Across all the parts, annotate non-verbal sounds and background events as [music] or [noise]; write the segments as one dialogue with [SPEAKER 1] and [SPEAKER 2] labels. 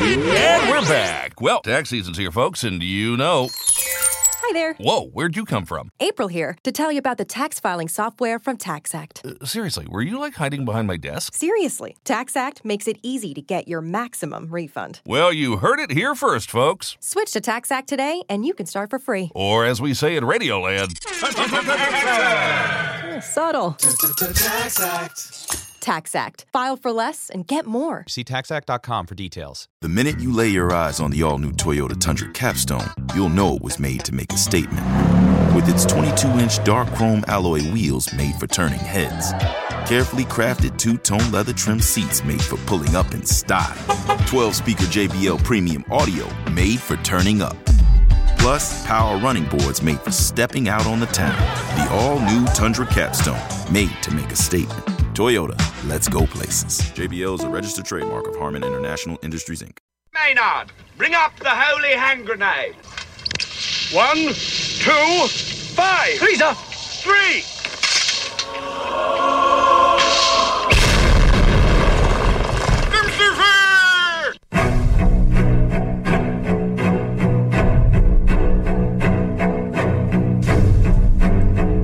[SPEAKER 1] And we're back. Well, tax season's here, folks, and you know.
[SPEAKER 2] Hi there.
[SPEAKER 1] Whoa, where'd you come from?
[SPEAKER 2] April here to tell you about the tax filing software from TaxAct.
[SPEAKER 1] Uh, Seriously, were you like hiding behind my desk?
[SPEAKER 2] Seriously, TaxAct makes it easy to get your maximum refund.
[SPEAKER 1] Well, you heard it here first, folks.
[SPEAKER 2] Switch to TaxAct today and you can start for free.
[SPEAKER 1] Or as we say in Radioland,
[SPEAKER 2] Subtle. TaxAct. File for less and get more.
[SPEAKER 3] See taxact.com for details.
[SPEAKER 4] The minute you lay your eyes on the all new Toyota Tundra Capstone, you'll know it was made to make a statement. With its 22 inch dark chrome alloy wheels made for turning heads, carefully crafted two tone leather trim seats made for pulling up in style, 12 speaker JBL premium audio made for turning up, plus power running boards made for stepping out on the town. The all new Tundra Capstone, made to make a statement. Toyota, let's go places. JBL is a registered trademark of Harman International Industries, Inc.
[SPEAKER 5] Maynard, bring up the holy hand grenade. One, two, five. Lisa, three.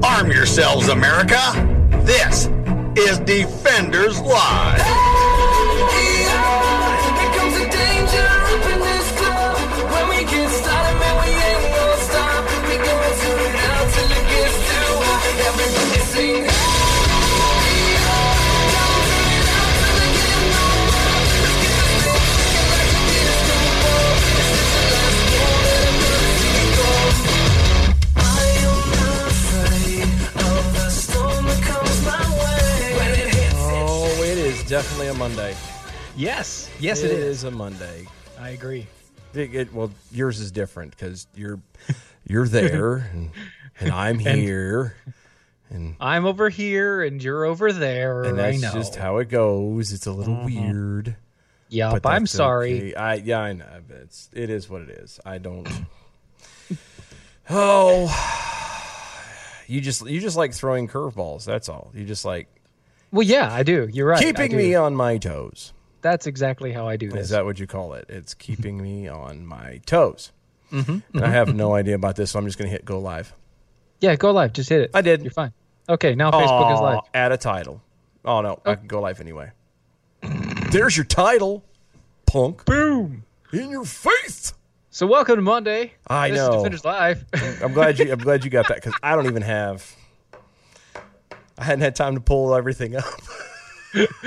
[SPEAKER 5] Arm yourselves, America. This is Defenders Live.
[SPEAKER 6] Here comes the danger up in this club. When we get started, man, we ain't gonna stop. We gonna turn it out till it gets too hot. Everybody sing.
[SPEAKER 7] Oh, it is definitely a Monday.
[SPEAKER 8] Yes, yes,
[SPEAKER 7] it is. a Monday.
[SPEAKER 8] I agree.
[SPEAKER 7] It- it- well, yours is different because you're
[SPEAKER 8] [laughs]
[SPEAKER 7] you're there and, and I'm here, and,
[SPEAKER 8] I'm over here and you're over there.
[SPEAKER 7] and
[SPEAKER 8] I
[SPEAKER 7] that's
[SPEAKER 8] know.
[SPEAKER 7] just how it goes. It's a little weird.
[SPEAKER 8] Yup,
[SPEAKER 7] but
[SPEAKER 8] I'm
[SPEAKER 7] that's
[SPEAKER 8] sorry.
[SPEAKER 7] okay. I yeah, I know. but It's it is what it is. I don't. [sighs] oh, [sighs] you just you just like throwing curveballs. That's all. You just like
[SPEAKER 8] Well, yeah, I do. You're right. I
[SPEAKER 7] keeping
[SPEAKER 8] do.
[SPEAKER 7] me on my toes.
[SPEAKER 8] That's exactly how I do this.
[SPEAKER 7] Is that what you call it?
[SPEAKER 8] Mm-hmm.
[SPEAKER 7] It's keeping me on my toes. And I
[SPEAKER 8] Mm-hmm.
[SPEAKER 7] have no idea about this, so I'm just going to hit go live.
[SPEAKER 8] yeah, go live. Just hit it.
[SPEAKER 7] I did.
[SPEAKER 8] You're fine. Okay, now Facebook is
[SPEAKER 7] Aw,
[SPEAKER 8] live.
[SPEAKER 7] Add a title. Oh, no. I can go live anyway. There's your title, punk.
[SPEAKER 8] Boom.
[SPEAKER 7] In your face.
[SPEAKER 8] So welcome to Monday.
[SPEAKER 7] I
[SPEAKER 8] this
[SPEAKER 7] know.
[SPEAKER 8] Is
[SPEAKER 7] [laughs]
[SPEAKER 8] Defenders live.
[SPEAKER 7] I'm glad you I'm glad you got that cuz I don't even have I hadn't had time to pull everything up. [laughs]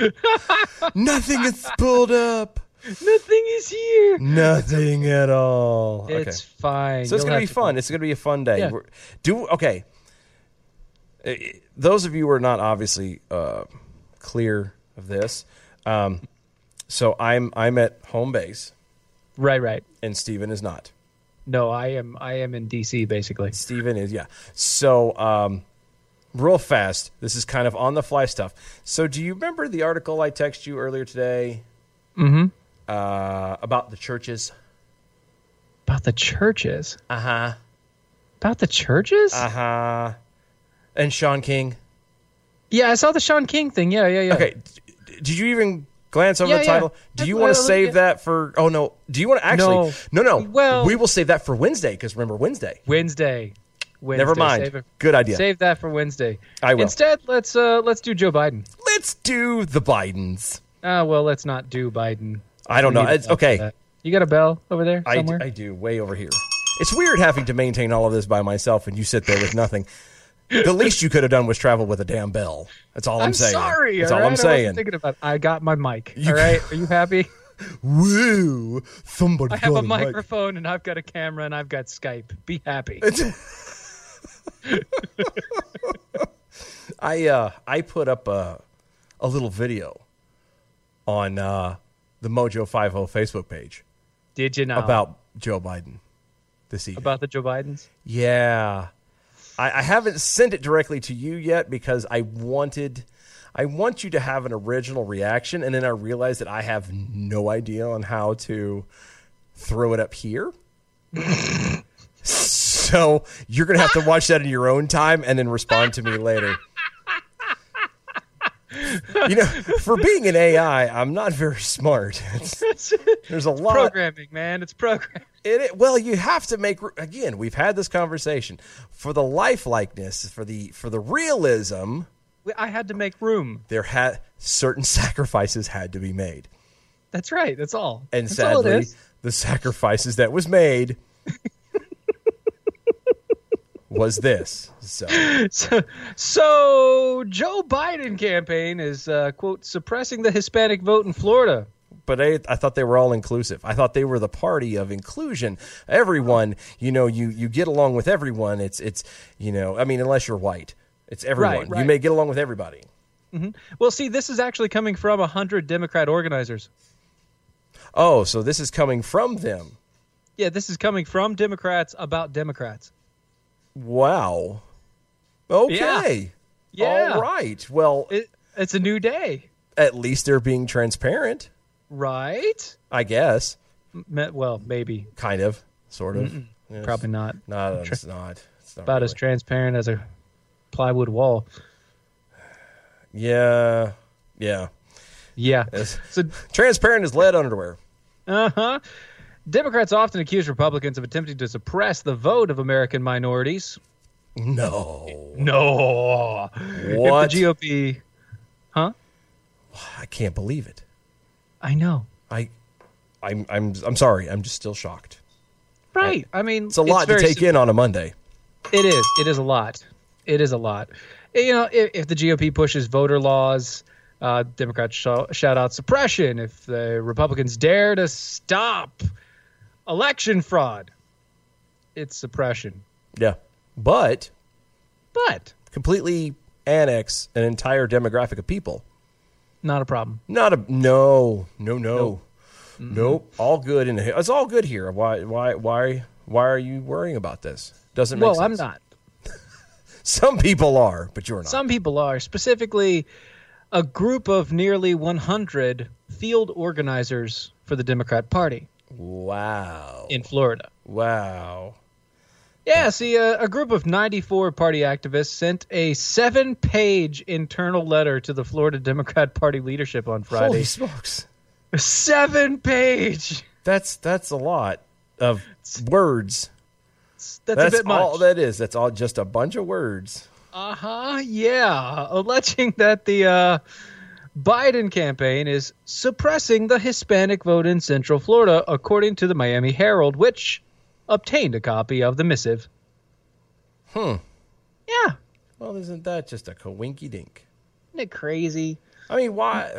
[SPEAKER 7] Nothing is pulled up.
[SPEAKER 8] [laughs] Nothing is here.
[SPEAKER 7] Nothing at all.
[SPEAKER 8] It's fine.
[SPEAKER 7] Mm, So it's
[SPEAKER 8] You'll
[SPEAKER 7] gonna
[SPEAKER 8] have
[SPEAKER 7] be
[SPEAKER 8] to
[SPEAKER 7] fun. It's gonna be a fun day.
[SPEAKER 8] Yeah.
[SPEAKER 7] We're, do okay. Uh, Those of you who are not obviously uh, clear of this, um, so I'm I'm at home base
[SPEAKER 8] Right, right.
[SPEAKER 7] and Steven is not.
[SPEAKER 8] No, I am. I am in DC basically.
[SPEAKER 7] Steven is yeah. So um, real fast, this is kind of on the fly stuff. So do you remember the article I texted you earlier today? Mm-hmm. Uh, about the churches.
[SPEAKER 8] About the churches.
[SPEAKER 7] Uh huh.
[SPEAKER 8] About the churches.
[SPEAKER 7] Uh huh. And Sean King.
[SPEAKER 8] yeah, I saw the Sean King thing. Yeah, yeah, yeah.
[SPEAKER 7] Okay. d- Did you even glance over
[SPEAKER 8] Yeah,
[SPEAKER 7] the
[SPEAKER 8] yeah.
[SPEAKER 7] title? Do
[SPEAKER 8] I-
[SPEAKER 7] you want
[SPEAKER 8] I-
[SPEAKER 7] to save
[SPEAKER 8] yeah.
[SPEAKER 7] that for? Oh no. Do you want to actually? No.
[SPEAKER 8] No.
[SPEAKER 7] No.
[SPEAKER 8] Well-
[SPEAKER 7] we will save that for Wednesday because remember Wednesday.
[SPEAKER 8] Wednesday. Wednesday.
[SPEAKER 7] Never mind.
[SPEAKER 8] Save it-
[SPEAKER 7] Good idea.
[SPEAKER 8] Save that for Wednesday.
[SPEAKER 7] I will.
[SPEAKER 8] Instead, let's uh let's do Joe Biden.
[SPEAKER 7] Let's do the Bidens.
[SPEAKER 8] Ah, well, let's not do Biden.
[SPEAKER 7] I don't
[SPEAKER 8] We
[SPEAKER 7] know.
[SPEAKER 8] need a
[SPEAKER 7] It's
[SPEAKER 8] bell for
[SPEAKER 7] okay.
[SPEAKER 8] that. You got a bell over there
[SPEAKER 7] I,
[SPEAKER 8] somewhere?
[SPEAKER 7] I do way over here. It's weird having to maintain all of this by myself and you sit there with nothing. the least you could have done was travel with a damn bell. That's all I'm,
[SPEAKER 8] am
[SPEAKER 7] saying.
[SPEAKER 8] sorry.
[SPEAKER 7] That's
[SPEAKER 8] all
[SPEAKER 7] all
[SPEAKER 8] right? I
[SPEAKER 7] I'm
[SPEAKER 8] wasn't
[SPEAKER 7] saying.
[SPEAKER 8] thinking about. I got
[SPEAKER 7] [laughs]
[SPEAKER 8] my mic. all right. Are you happy?
[SPEAKER 7] Woo! Somebody
[SPEAKER 8] I have
[SPEAKER 7] got
[SPEAKER 8] a
[SPEAKER 7] mic.
[SPEAKER 8] microphone and I've got a camera and I've got Skype. Be happy.
[SPEAKER 7] I uh I put up a a little video on uh the Mojo Five O Facebook page
[SPEAKER 8] Did you know
[SPEAKER 7] about Joe Biden this evening.
[SPEAKER 8] about the Joe [laughs] Bidens?
[SPEAKER 7] yeah. I, I haven't sent it directly to you yet because I wanted I want you to have an original reaction and then I realized that I have no idea on how to throw it up here. [laughs] so you're gonna have to watch that in your own time and then respond to me later. you know, for being an AI, I'm not very smart. [laughs] It's- there's a lot.
[SPEAKER 8] Programming, man. It's programming.
[SPEAKER 7] It, it- well, you have to make again. We've had this conversation for the lifelikeness, for the for the realism.
[SPEAKER 8] We- I had to make room.
[SPEAKER 7] There had certain [laughs] sacrifices had to be made,
[SPEAKER 8] That's right. That's all.
[SPEAKER 7] and
[SPEAKER 8] That's all it
[SPEAKER 7] sadly,
[SPEAKER 8] is.
[SPEAKER 7] the sacrifices that was made was this. So
[SPEAKER 8] So, so Joe Biden campaign is uh, quote suppressing the Hispanic vote in Florida.
[SPEAKER 7] but I, I thought they were all inclusive. I thought they were the party of inclusion. Everyone, you know, you you get along with everyone. It's it's you know, I mean, unless you're white, it's everyone. You
[SPEAKER 8] right.
[SPEAKER 7] may get along with everybody.
[SPEAKER 8] Well, see, this is actually coming from hundred Democrat organizers.
[SPEAKER 7] Oh, so this is coming from them.
[SPEAKER 8] Yeah, this is coming from Democrats about Democrats.
[SPEAKER 7] Wow. Okay.
[SPEAKER 8] Yeah.
[SPEAKER 7] All right. Well,
[SPEAKER 8] It, it's a new day,
[SPEAKER 7] at least they're being transparent,
[SPEAKER 8] right?
[SPEAKER 7] I guess.
[SPEAKER 8] Me- Well, maybe,
[SPEAKER 7] Kind of, sort of. Yes.
[SPEAKER 8] probably not.
[SPEAKER 7] No, it's not. It's not
[SPEAKER 8] About as
[SPEAKER 7] really.
[SPEAKER 8] transparent as a plywood wall.
[SPEAKER 7] Yeah. Yeah.
[SPEAKER 8] Yeah.
[SPEAKER 7] It's-
[SPEAKER 8] So,
[SPEAKER 7] transparent as lead underwear.
[SPEAKER 8] uh huh. Democrats often accuse Republicans of attempting to suppress the vote of American minorities.
[SPEAKER 7] No.
[SPEAKER 8] No.
[SPEAKER 7] What?
[SPEAKER 8] If the GOP. Huh?
[SPEAKER 7] I can't believe it.
[SPEAKER 8] I know.
[SPEAKER 7] I, I'm, I'm, I'm sorry. I'm just still shocked.
[SPEAKER 8] Right. I mean,
[SPEAKER 7] It's a lot to
[SPEAKER 8] very
[SPEAKER 7] take
[SPEAKER 8] sim-
[SPEAKER 7] in on a Monday.
[SPEAKER 8] It is. It is a lot. It is a lot. Eh, You know, if, if the GOP pushes voter laws, uh, Democrats sh- shout out suppression. If the Republicans dare to stop election fraud, it's suppression.
[SPEAKER 7] Yeah. But
[SPEAKER 8] But
[SPEAKER 7] completely annex an entire demographic of people.
[SPEAKER 8] not a problem.
[SPEAKER 7] Not a no, no, no, nope.
[SPEAKER 8] Mm-hmm.
[SPEAKER 7] All good in the, it's all good here. Why, why, why, why are you worrying about this? Doesn't make
[SPEAKER 8] Well, I'm
[SPEAKER 7] sense.
[SPEAKER 8] not.
[SPEAKER 7] Some people are, but you're not.
[SPEAKER 8] Some people are. Specifically, a group of nearly 100 field organizers for the Democrat Party
[SPEAKER 7] wow,
[SPEAKER 8] in Florida.
[SPEAKER 7] wow.
[SPEAKER 8] Yeah, see, uh, a group of 94 party activists sent a seven page internal letter to the Florida Democrat Party leadership on
[SPEAKER 7] Holy
[SPEAKER 8] Friday.
[SPEAKER 7] smokes,
[SPEAKER 8] seven page!
[SPEAKER 7] that's that's a lot of words.
[SPEAKER 8] That's,
[SPEAKER 7] That's
[SPEAKER 8] a bit much.
[SPEAKER 7] all that is. That's all just a bunch of words.
[SPEAKER 8] Uh huh, yeah. Alleging that the uh, Biden campaign is suppressing the Hispanic vote in Central Florida, according to the Miami Herald, which obtained a copy of the missive. Hmm. Yeah.
[SPEAKER 7] Well, isn't that just a coinky dink?
[SPEAKER 8] Isn't it crazy?
[SPEAKER 7] I mean, why?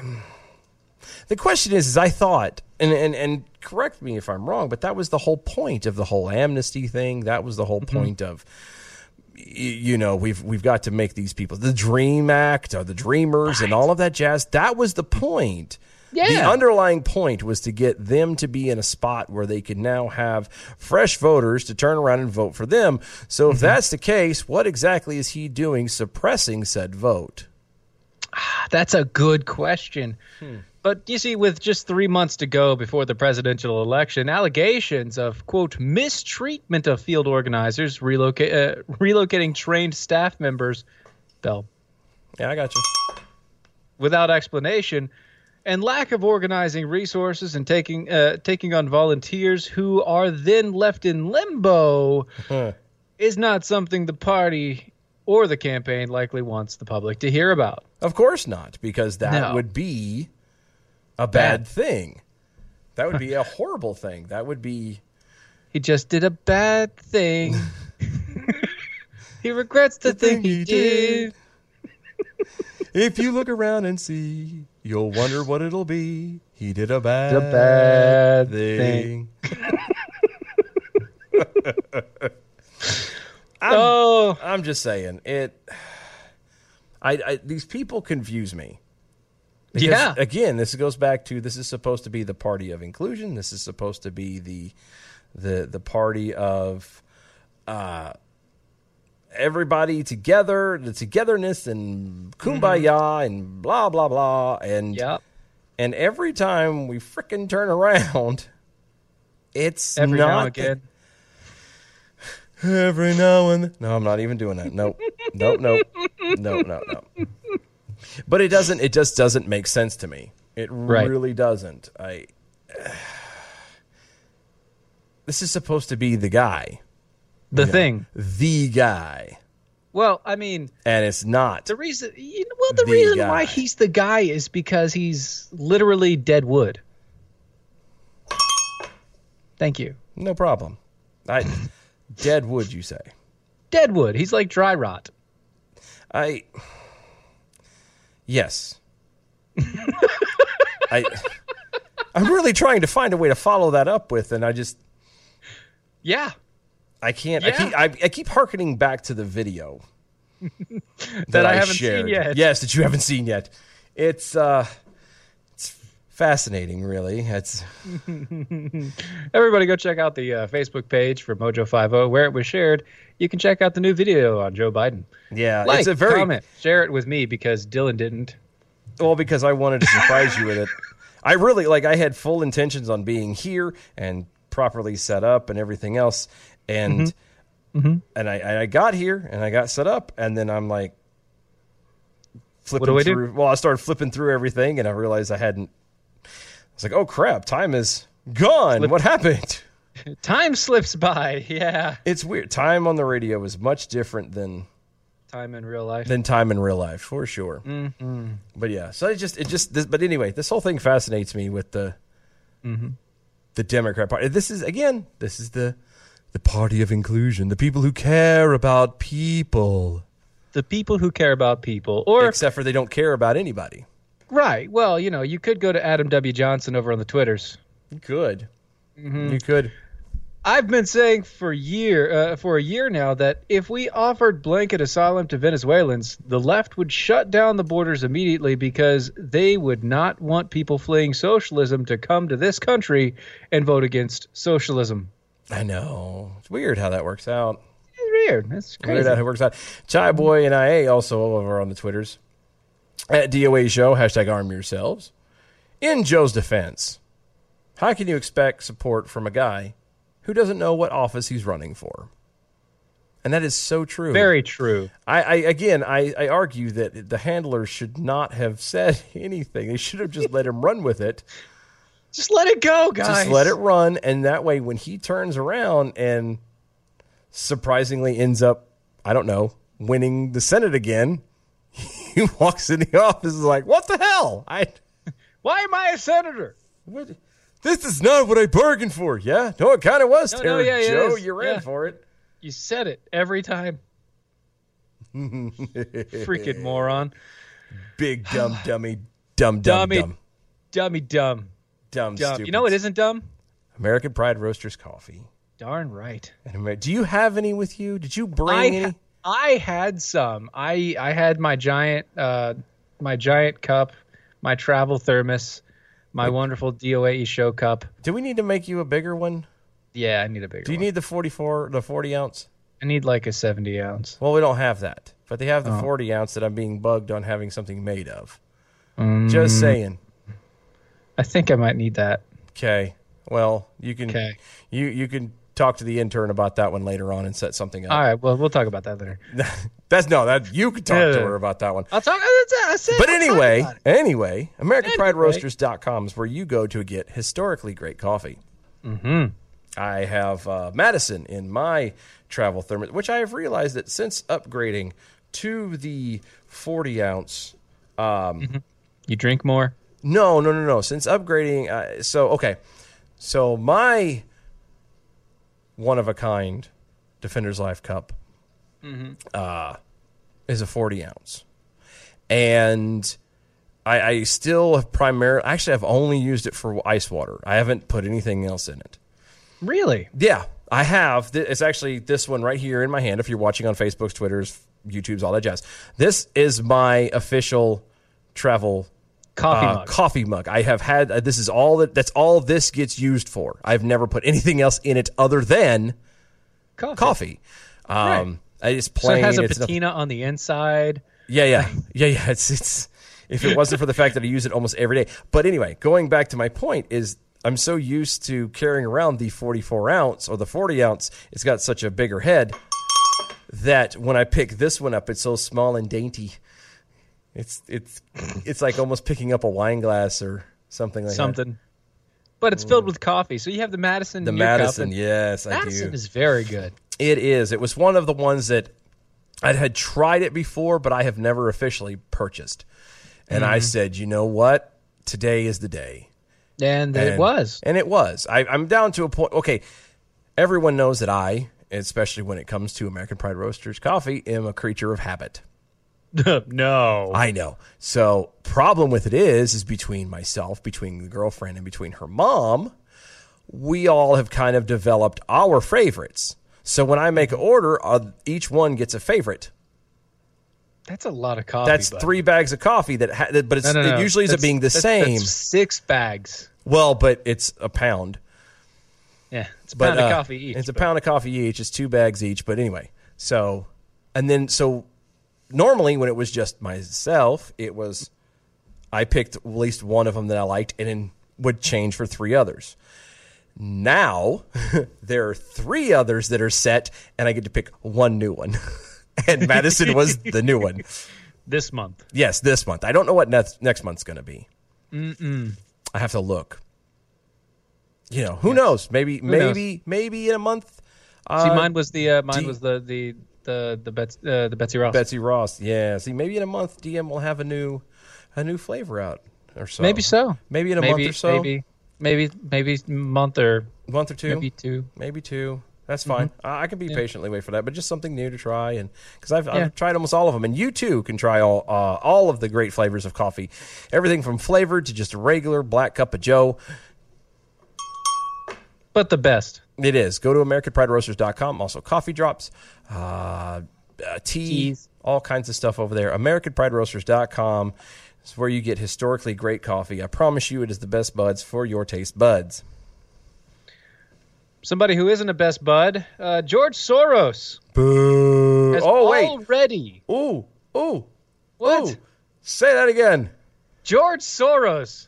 [SPEAKER 7] The question is, is I thought, and, and, and correct me if I'm wrong, but that was the whole point of the whole amnesty thing. That was the whole point of, y- you know, we've we've got to make these people the Dream Act or the Dreamers and all of that jazz. That was the point. The
[SPEAKER 8] Yeah.
[SPEAKER 7] underlying point was to get them to be in a spot where they could now have fresh voters to turn around and vote for them. So if that's the case, what exactly is he doing suppressing said vote?
[SPEAKER 8] That's a good question. But you see, with just three months to go before the presidential election, allegations of, quote, mistreatment of field organizers, relocate, uh, relocating trained staff members, fell
[SPEAKER 7] Yeah, I got you.
[SPEAKER 8] without explanation, and lack of organizing resources and taking, uh, taking on volunteers who are then left in limbo is not something the party or the campaign likely wants the public to hear about.
[SPEAKER 7] Of course not, because that
[SPEAKER 8] No.
[SPEAKER 7] would be a bad
[SPEAKER 8] Bad.
[SPEAKER 7] thing. That would be a horrible thing. That would be
[SPEAKER 8] He just did a bad [laughs] thing. he regrets the, thing, he did.
[SPEAKER 7] if you look around and see, you'll wonder what it'll be. He did a bad,
[SPEAKER 8] The bad thing.
[SPEAKER 7] thing.
[SPEAKER 8] Oh,
[SPEAKER 7] I'm just saying it. I, I these people confuse me. Because,
[SPEAKER 8] yeah.
[SPEAKER 7] Again, this goes back to this is supposed to be the party of inclusion. This is supposed to be the the the party of uh, everybody together, the togetherness and kumbaya and blah blah blah and
[SPEAKER 8] Yep.
[SPEAKER 7] and every time we frickin' turn around, [laughs] it's
[SPEAKER 8] Every
[SPEAKER 7] not
[SPEAKER 8] now
[SPEAKER 7] [sighs]
[SPEAKER 8] and again.
[SPEAKER 7] Every now and then. No, I'm not even doing that. Nope. nope. Nope. Nope. Nope. Nope. but it doesn't. It just doesn't make sense to me. It
[SPEAKER 8] Right.
[SPEAKER 7] really doesn't. I. [sighs] This is supposed to be the guy,
[SPEAKER 8] The thing.
[SPEAKER 7] the guy,
[SPEAKER 8] Well, I mean,
[SPEAKER 7] and it's not.
[SPEAKER 8] the reason you know, well the,
[SPEAKER 7] The
[SPEAKER 8] reason
[SPEAKER 7] guy.
[SPEAKER 8] why he's the guy is because he's literally dead wood. Thank you.
[SPEAKER 7] No problem. I, dead wood, you say?
[SPEAKER 8] Dead wood. He's like dry rot.
[SPEAKER 7] I.
[SPEAKER 8] [laughs]
[SPEAKER 7] Yes. I. I'm really trying to find a way to follow that up with, and I just
[SPEAKER 8] Yeah.
[SPEAKER 7] I can't.
[SPEAKER 8] Yeah.
[SPEAKER 7] I keep I, I keep harkening back to the video that,
[SPEAKER 8] I haven't seen yet.
[SPEAKER 7] Yes, that you haven't seen yet. It's uh, it's fascinating, really. It's
[SPEAKER 8] Everybody go check out the uh, Facebook page for Mojo50 where it was shared. You can check out the new video on Joe Biden.
[SPEAKER 7] yeah,
[SPEAKER 8] Like,
[SPEAKER 7] it's a very
[SPEAKER 8] comment, share it with me because Dylan didn't.
[SPEAKER 7] well because I wanted to surprise you with it. I really like. I had full intentions on being here and properly set up and everything else, and
[SPEAKER 8] Mm-hmm.
[SPEAKER 7] and I and I got here and I got set up, and then I'm like flipping
[SPEAKER 8] do I do?
[SPEAKER 7] through. Well, I started flipping through everything, and I realized I hadn't. I was like, "Oh crap! Time is gone. What happened?"
[SPEAKER 8] Time slips by. [laughs] Yeah.
[SPEAKER 7] It's weird. Time on the radio is much different than
[SPEAKER 8] Time in real life.
[SPEAKER 7] than time in real life for sure. But yeah, so it just it just this, but anyway, this whole thing fascinates me with the the Democrat Party. This is again, this is the the party of inclusion, the people who care about people,
[SPEAKER 8] the people who care about people or
[SPEAKER 7] except for they don't care about anybody.
[SPEAKER 8] right. Well, you know, you could go to Adam W Johnson over on the Twitters.
[SPEAKER 7] You could, you could.
[SPEAKER 8] I've been saying for year uh, for a year now that if we offered blanket asylum to Venezuelans, the left would shut down the borders immediately because they would not want people fleeing socialism to come to this country and vote against socialism.
[SPEAKER 7] I know it's weird how that works out.
[SPEAKER 8] It's weird. That's
[SPEAKER 7] Weird
[SPEAKER 8] crazy.
[SPEAKER 7] how it works out. Chai Boy and IA also over on the Twitters at DOA Show hashtag Arm Yourselves. In Joe's defense, how can you expect support from a guy who doesn't know what office he's running for? And that is so true.
[SPEAKER 8] Very true.
[SPEAKER 7] I, I again, I, I argue that the handlers should not have said [laughs] anything. They should have just let him run with it.
[SPEAKER 8] Just let it go, guys.
[SPEAKER 7] Just let it run, and that way, when he turns around and surprisingly ends up, I don't know, winning the Senate again, [laughs] he walks in the office and is like, "What the hell? I
[SPEAKER 8] Why am I a senator?
[SPEAKER 7] what, this is not what I bargained for." Yeah, no, it kind of was.
[SPEAKER 8] No, no,
[SPEAKER 7] Terry
[SPEAKER 8] yeah, it
[SPEAKER 7] Joe,
[SPEAKER 8] is.
[SPEAKER 7] you ran
[SPEAKER 8] Yeah.
[SPEAKER 7] for it.
[SPEAKER 8] You said it
[SPEAKER 7] [laughs]
[SPEAKER 8] every time. Freaking moron.
[SPEAKER 7] Big
[SPEAKER 8] [sighs]
[SPEAKER 7] dumb dummy, dumb dumb
[SPEAKER 8] Dummy,
[SPEAKER 7] dumb
[SPEAKER 8] dummy, dumb.
[SPEAKER 7] dumb.
[SPEAKER 8] dumb.
[SPEAKER 7] Stupid.
[SPEAKER 8] You know what isn't dumb?
[SPEAKER 7] American Pride Roasters coffee.
[SPEAKER 8] Darn right.
[SPEAKER 7] And Amer- Do you have any with you? Did you bring
[SPEAKER 8] I,
[SPEAKER 7] any?
[SPEAKER 8] ha- I had some. I I had my giant uh my giant cup, my travel thermos, my wonderful DOAE E show cup.
[SPEAKER 7] Do we need to make you a bigger one?
[SPEAKER 8] Yeah, I need a bigger
[SPEAKER 7] Do you
[SPEAKER 8] one.
[SPEAKER 7] need the forty-four, the forty ounce?
[SPEAKER 8] I need like a 70 ounce.
[SPEAKER 7] Well, we don't have that, but they have
[SPEAKER 8] Oh.
[SPEAKER 7] the 40 ounce that I'm being bugged on having something made of.
[SPEAKER 8] Mm.
[SPEAKER 7] Just saying.
[SPEAKER 8] I think I might need that.
[SPEAKER 7] Okay. Well, you can
[SPEAKER 8] 'Kay.
[SPEAKER 7] you you can talk to the intern about that one later on and set something up.
[SPEAKER 8] All right, well, we'll talk about that later.
[SPEAKER 7] That's no, that you can talk to
[SPEAKER 8] Yeah.
[SPEAKER 7] her about that one.
[SPEAKER 8] I'll talk I said,
[SPEAKER 7] But
[SPEAKER 8] I'll talk
[SPEAKER 7] anyway,
[SPEAKER 8] about it.
[SPEAKER 7] anyway, AmericanPrideRoasters.com is where you go to get historically great coffee. Mm-hmm. I have uh, Madison in my travel thermos, which I have realized that since upgrading to the 40 ounce
[SPEAKER 8] you drink more.
[SPEAKER 7] No, no, no, no. Since upgrading, uh, so okay, so my one of a kind Defender's Life Cup uh, is a forty ounce, and I, I still have primarily. Actually, I've only used it for ice water. I haven't put anything else in it.
[SPEAKER 8] Really?
[SPEAKER 7] Yeah, I have. Th- It's actually this one right here in my hand. If you're watching on Facebook's, Twitter's, YouTube's, all that jazz. This is my official travel
[SPEAKER 8] Coffee
[SPEAKER 7] uh,
[SPEAKER 8] mug.
[SPEAKER 7] coffee mug. I have had uh, this is all that that's all this gets used for. I've never put anything else in it other than
[SPEAKER 8] coffee.
[SPEAKER 7] coffee. Um, It's
[SPEAKER 8] So
[SPEAKER 7] plain.
[SPEAKER 8] it has a
[SPEAKER 7] it's nothing-
[SPEAKER 8] patina on the inside.
[SPEAKER 7] yeah, yeah, yeah, yeah. It's it's. If it wasn't for the fact that I use it almost every day, but anyway, going back to my point is I'm so used to carrying around the 44 ounce or the 40 ounce. It's got such a bigger head that when I pick this one up, it's so small and dainty. It's it's it's like almost picking up a wine glass or something like that.
[SPEAKER 8] something. But it's filled with coffee, so you have the Madison.
[SPEAKER 7] The
[SPEAKER 8] in your cup,
[SPEAKER 7] Madison,
[SPEAKER 8] and
[SPEAKER 7] yes, I
[SPEAKER 8] Madison
[SPEAKER 7] do.
[SPEAKER 8] is very good.
[SPEAKER 7] It is. It was one of the ones that I had tried it before, but I have never officially purchased. And
[SPEAKER 8] Mm.
[SPEAKER 7] I said, you know what? Today is the day.
[SPEAKER 8] And, it
[SPEAKER 7] And-
[SPEAKER 8] was.
[SPEAKER 7] And it was. I, I'm down to a point. Okay. Everyone knows that I, especially when it comes to American Pride Roasters coffee, am a creature of habit.
[SPEAKER 8] no.
[SPEAKER 7] I know. So problem with it is, is between myself, between the girlfriend, and between her mom, we all have kind of developed our favorites. So when I make an order, uh, each one gets a favorite.
[SPEAKER 8] That's a lot of coffee.
[SPEAKER 7] That's
[SPEAKER 8] bud.
[SPEAKER 7] three bags of coffee that, ha- that but it's,
[SPEAKER 8] No, no, no.
[SPEAKER 7] it usually ends up
[SPEAKER 8] That's-
[SPEAKER 7] being the
[SPEAKER 8] that's-
[SPEAKER 7] same.
[SPEAKER 8] that's six bags.
[SPEAKER 7] well, but it's a pound.
[SPEAKER 8] Yeah, it's a
[SPEAKER 7] But
[SPEAKER 8] pound of
[SPEAKER 7] uh,
[SPEAKER 8] coffee each.
[SPEAKER 7] It's a
[SPEAKER 8] but-
[SPEAKER 7] pound of coffee each. It's two bags each. But anyway, so and then so normally when it was just myself, it was I picked at least one of them that I liked, and then would change for three others. Now [laughs] there are three others that are set, and I get to pick one new one. [laughs] and Madison was the new one.
[SPEAKER 8] this month.
[SPEAKER 7] Yes, this month. I don't know what next next month's going to be. Mm-mm. I have to look. You know, who knows? Maybe,
[SPEAKER 8] knows?
[SPEAKER 7] maybe, maybe in a month. Uh,
[SPEAKER 8] See, mine was the uh, mine
[SPEAKER 7] do-
[SPEAKER 8] was the the the the Bets, uh, the Betsy Ross.
[SPEAKER 7] Betsy Ross. Yeah. See, maybe in a month, DM will have a new, a new flavor out or so.
[SPEAKER 8] Maybe so.
[SPEAKER 7] Maybe in a
[SPEAKER 8] maybe,
[SPEAKER 7] month or so.
[SPEAKER 8] Maybe maybe maybe month or
[SPEAKER 7] month or two.
[SPEAKER 8] maybe two.
[SPEAKER 7] Maybe two. That's fine. I, I can be patiently wait for that, but just something new to try, and because I've,
[SPEAKER 8] Yeah.
[SPEAKER 7] I've tried almost all of them, and you too can try all uh, all of the great flavors of coffee, everything from flavored to just a regular black cup of Joe.
[SPEAKER 8] But the best.
[SPEAKER 7] It is. Go to AmericanPrideRoasters.com. Also, coffee drops, uh, uh, tea,
[SPEAKER 8] Teas.
[SPEAKER 7] all kinds of stuff over there. AmericanPrideRoasters.com is where you get historically great coffee. I promise you, it is the best buds for your taste buds.
[SPEAKER 8] Somebody who isn't a best bud, uh, George Soros.
[SPEAKER 7] Boo.
[SPEAKER 8] Has
[SPEAKER 7] Oh, wait.
[SPEAKER 8] already.
[SPEAKER 7] Ooh, ooh,
[SPEAKER 8] What?
[SPEAKER 7] ooh. Say that again.
[SPEAKER 8] George Soros.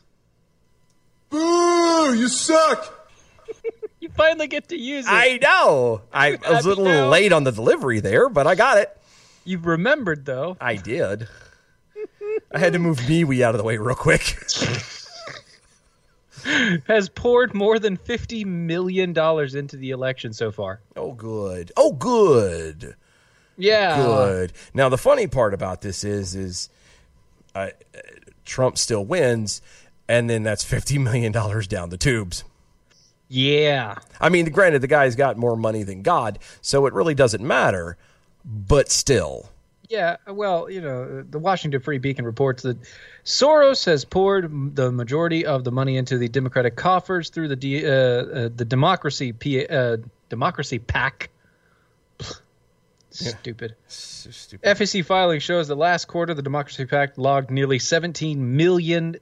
[SPEAKER 9] Boo! You suck!
[SPEAKER 8] [laughs] You finally get to use it.
[SPEAKER 7] I know. I was a little
[SPEAKER 8] now.
[SPEAKER 7] late on the delivery there, but I got it.
[SPEAKER 8] You've remembered though.
[SPEAKER 7] I did. I had to move MeWe out of the way real quick. [laughs]
[SPEAKER 8] Has poured more than fifty million dollars into the election so far.
[SPEAKER 7] oh, good. Oh, good.
[SPEAKER 8] Yeah.
[SPEAKER 7] good. Now the funny part about this is is uh, Trump still wins, and then that's fifty million dollars down the tubes.
[SPEAKER 8] Yeah.
[SPEAKER 7] I mean, granted, the guy's got more money than God, so it really doesn't matter. But still,
[SPEAKER 8] Yeah, uh, well, you know, the Washington Free Beacon reports that Soros has poured m- the majority of the money into the Democratic coffers through the D, uh, uh, the Democracy P, uh, Democracy Pack. Stupid. FEC E filing shows that last quarter the Democracy Pact logged nearly $17 million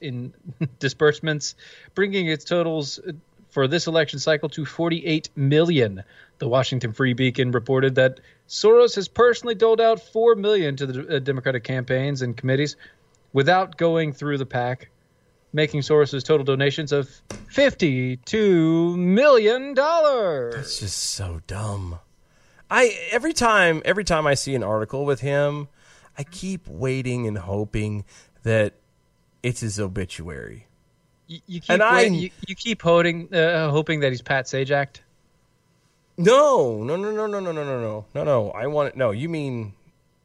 [SPEAKER 8] in [laughs] disbursements, bringing its totals uh, for this election cycle to 48 million. The Washington Free Beacon reported that Soros has personally doled out 4 million to the uh, Democratic campaigns and committees without going through the pack, making Soros's total donations of 52 million dollars.
[SPEAKER 7] it's just so dumb. I every time every time I see an article with him, I keep waiting and hoping that it's his obituary.
[SPEAKER 8] You, you keep
[SPEAKER 7] And I-
[SPEAKER 8] waiting- you, you keep hoping uh, hoping that he's Pat Sajak.
[SPEAKER 7] No, no, no, no, no, no, no, no, no, no, no. I want no. You mean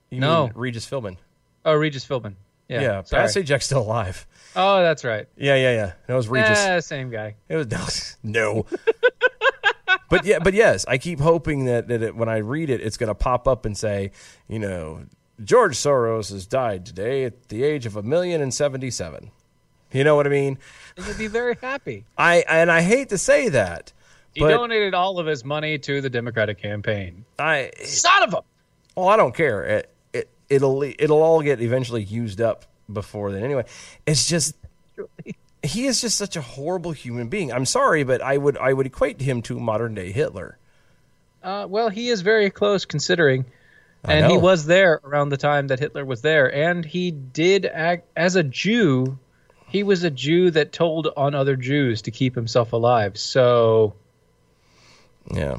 [SPEAKER 7] you
[SPEAKER 8] No.
[SPEAKER 7] mean Regis Philbin?
[SPEAKER 8] Oh, Regis Philbin. Yeah.
[SPEAKER 7] Yeah,
[SPEAKER 8] sorry.
[SPEAKER 7] Pat Sajak's still alive.
[SPEAKER 8] oh, that's right.
[SPEAKER 7] Yeah, yeah, yeah. That was Regis.
[SPEAKER 8] Yeah, same guy.
[SPEAKER 7] It was no. [laughs] but yeah, but yes, I keep hoping that that it, when I read it, it's going to pop up and say, you know, George Soros has died today at the age of a million and seventy-seven. You know what I mean?
[SPEAKER 8] He'd be very happy.
[SPEAKER 7] I and I hate to say that,
[SPEAKER 8] He
[SPEAKER 7] but
[SPEAKER 8] donated all of his money to the Democratic campaign.
[SPEAKER 7] I
[SPEAKER 8] Son of a.
[SPEAKER 7] Well, I don't care. It, it it'll it'll all get eventually used up before then. Anyway, it's just he is just such a horrible human being. I'm sorry, but I would I would equate him to modern day Hitler.
[SPEAKER 8] Uh, well, he is very close considering, and he
[SPEAKER 7] know.
[SPEAKER 8] was there around the time that Hitler was there, and he did act as a Jew. He was a Jew that told on other Jews to keep himself alive. So
[SPEAKER 7] Yeah.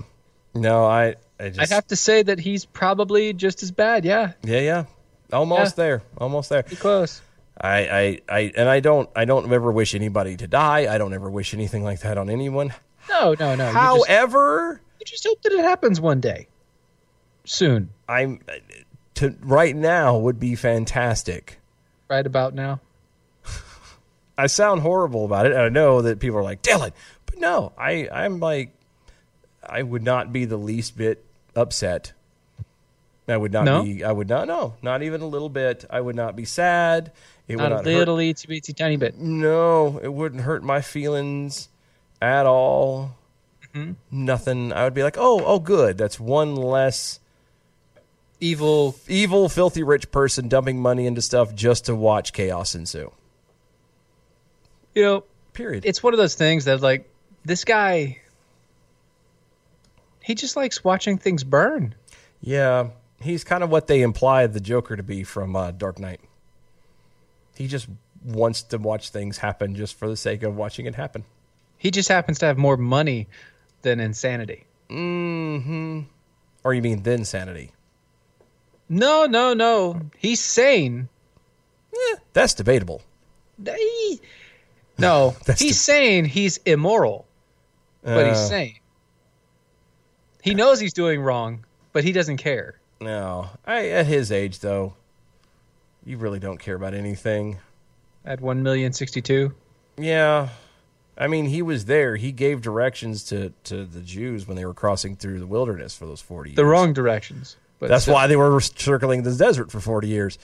[SPEAKER 7] No, I I just
[SPEAKER 8] I'd have to say that he's probably just as bad. Yeah,
[SPEAKER 7] yeah yeah. Almost there. Almost there.
[SPEAKER 8] Be close.
[SPEAKER 7] I, I, I, and I don't, I don't ever wish anybody to die. I don't ever wish anything like that on anyone.
[SPEAKER 8] No, no, no. you just,
[SPEAKER 7] However,
[SPEAKER 8] you just hope that it happens one day, soon,
[SPEAKER 7] I'm to right now would be fantastic.
[SPEAKER 8] right about now.
[SPEAKER 7] I sound horrible about it, and I know that people are like Dylan, but no, I, I'm like, I would not be the least bit upset. I would not
[SPEAKER 8] No?
[SPEAKER 7] be. I would not. No, not even a little bit. I would not be sad. It would
[SPEAKER 8] Not a
[SPEAKER 7] not hurt
[SPEAKER 8] little e-, itsy bitsy tiny bit.
[SPEAKER 7] No, it wouldn't hurt my feelings at all.
[SPEAKER 8] Mm-hmm.
[SPEAKER 7] Nothing. I would be like, oh, oh, good. That's one less
[SPEAKER 8] Evil.
[SPEAKER 7] evil, filthy rich person dumping money into stuff just to watch chaos ensue.
[SPEAKER 8] You know,
[SPEAKER 7] Period.
[SPEAKER 8] it's one of those things that like this guy. He just likes watching things burn.
[SPEAKER 7] yeah, he's kind of what they implied the Joker to be from uh, Dark Knight. He just wants to watch things happen just for the sake of watching it happen.
[SPEAKER 8] He just happens to have more money than insanity.
[SPEAKER 7] Or you mean then sanity?
[SPEAKER 8] No, no, no. He's sane.
[SPEAKER 7] Eh, That's debatable.
[SPEAKER 8] They- No,
[SPEAKER 7] [laughs] That's Uh.
[SPEAKER 8] he's
[SPEAKER 7] the-
[SPEAKER 8] sane. He's immoral, but he's sane. He knows he's doing wrong, but he doesn't care.
[SPEAKER 7] No, I, at his age though, you really don't care about anything.
[SPEAKER 8] At one million sixty-two,
[SPEAKER 7] Yeah. I mean, he was there. He gave directions to, to the Jews when they were crossing through the wilderness for those 40 years.
[SPEAKER 8] the wrong directions. But
[SPEAKER 7] That's
[SPEAKER 8] still-
[SPEAKER 7] why they were circling the desert for 40
[SPEAKER 8] [laughs]
[SPEAKER 7] years.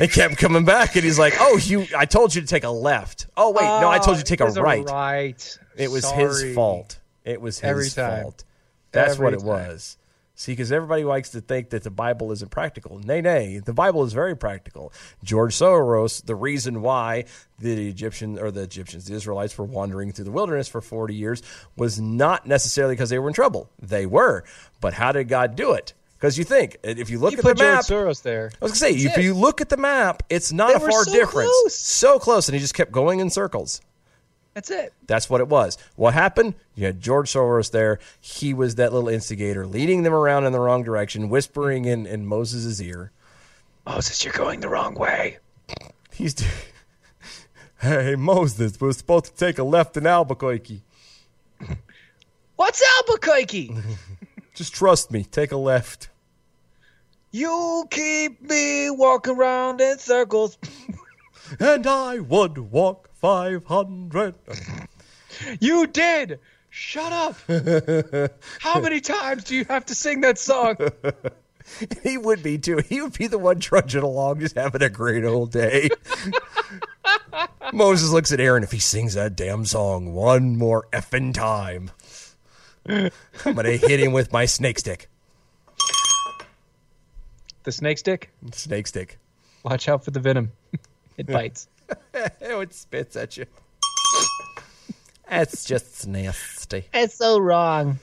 [SPEAKER 7] they kept coming back, and he's like, Oh, you, I told you to take a left. Oh, wait, no, I told you to take
[SPEAKER 8] It
[SPEAKER 7] a
[SPEAKER 8] was
[SPEAKER 7] right.
[SPEAKER 8] right.
[SPEAKER 7] It was
[SPEAKER 8] Sorry.
[SPEAKER 7] his fault. It was his
[SPEAKER 8] Every time.
[SPEAKER 7] fault. That's what
[SPEAKER 8] Every
[SPEAKER 7] it was. See, because everybody likes to think that the Bible isn't practical. Nay, nay, the Bible is very practical. George Soros, the reason why the Egyptian or the Egyptians, the Israelites were wandering through the wilderness for 40 years was not necessarily because they were in trouble. They were. But how did God do it? Because you think, if you look
[SPEAKER 8] You
[SPEAKER 7] at
[SPEAKER 8] put
[SPEAKER 7] the map,
[SPEAKER 8] George Soros there.
[SPEAKER 7] I was gonna say, if
[SPEAKER 8] it.
[SPEAKER 7] you look at the map, it's not
[SPEAKER 8] They
[SPEAKER 7] a
[SPEAKER 8] were
[SPEAKER 7] far
[SPEAKER 8] so
[SPEAKER 7] difference.
[SPEAKER 8] close.
[SPEAKER 7] So close, and he just kept going in circles.
[SPEAKER 8] That's it.
[SPEAKER 7] That's what it was. What happened? You had George Soros there. He was that little instigator, leading them around in the wrong direction, whispering in, in Moses' ear. Oh,
[SPEAKER 8] Moses, you're going the wrong way.
[SPEAKER 7] He's, do- [laughs] hey Moses, we're supposed to take a left in Albuquerque.
[SPEAKER 8] What's
[SPEAKER 7] [laughs]
[SPEAKER 8] Albuquerque?
[SPEAKER 7] Just trust me, take a left.
[SPEAKER 8] you keep me walking around in circles.
[SPEAKER 7] And I would walk five hundred.
[SPEAKER 8] You did.
[SPEAKER 7] [laughs]
[SPEAKER 8] Shut up. How many times do you have to sing
[SPEAKER 7] [laughs]
[SPEAKER 8] that song?
[SPEAKER 7] He would be too. He would be the one trudging along, just having a great old day. [laughs] Moses looks at Aaron. If he sings that damn song one more effing time, I'm gonna hit him with my snake stick.
[SPEAKER 8] The snake stick.
[SPEAKER 7] Snake stick.
[SPEAKER 8] Watch out for the venom. [laughs]
[SPEAKER 7] [laughs]
[SPEAKER 8] It bites.
[SPEAKER 7] Oh, it spits at you. That's just nasty.
[SPEAKER 8] it's so wrong.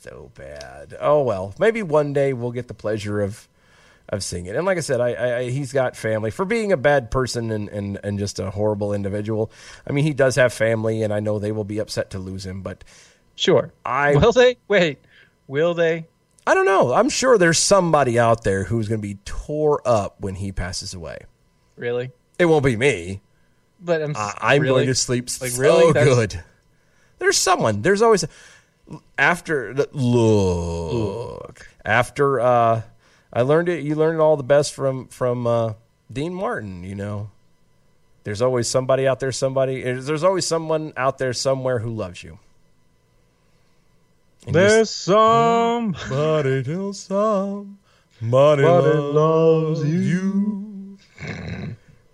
[SPEAKER 7] so bad. Oh well, maybe one day we'll get the pleasure of of seeing it. And like I said, I, I, I he's got family. For being a bad person and, and and just a horrible individual, I mean, he does have family, and I know they will be upset to lose him. But
[SPEAKER 8] Sure.
[SPEAKER 7] I
[SPEAKER 8] Will they? Wait. Will they?
[SPEAKER 7] I don't know. I'm sure there's somebody out there who's going to be tore up when he passes away.
[SPEAKER 8] Really?
[SPEAKER 7] It won't be me.
[SPEAKER 8] But I'm.
[SPEAKER 7] I- Uh, I'm
[SPEAKER 8] really?
[SPEAKER 7] going to sleep
[SPEAKER 8] Like,
[SPEAKER 7] so
[SPEAKER 8] really? That's-
[SPEAKER 7] good. There's someone. There's always after the- look, after uh, I learned it. You learned it all the best from from uh, Dean Martin. You know, there's always somebody out there. Somebody there's always someone out there somewhere who loves you. And
[SPEAKER 8] There's some.
[SPEAKER 7] somebody till somebody loves you.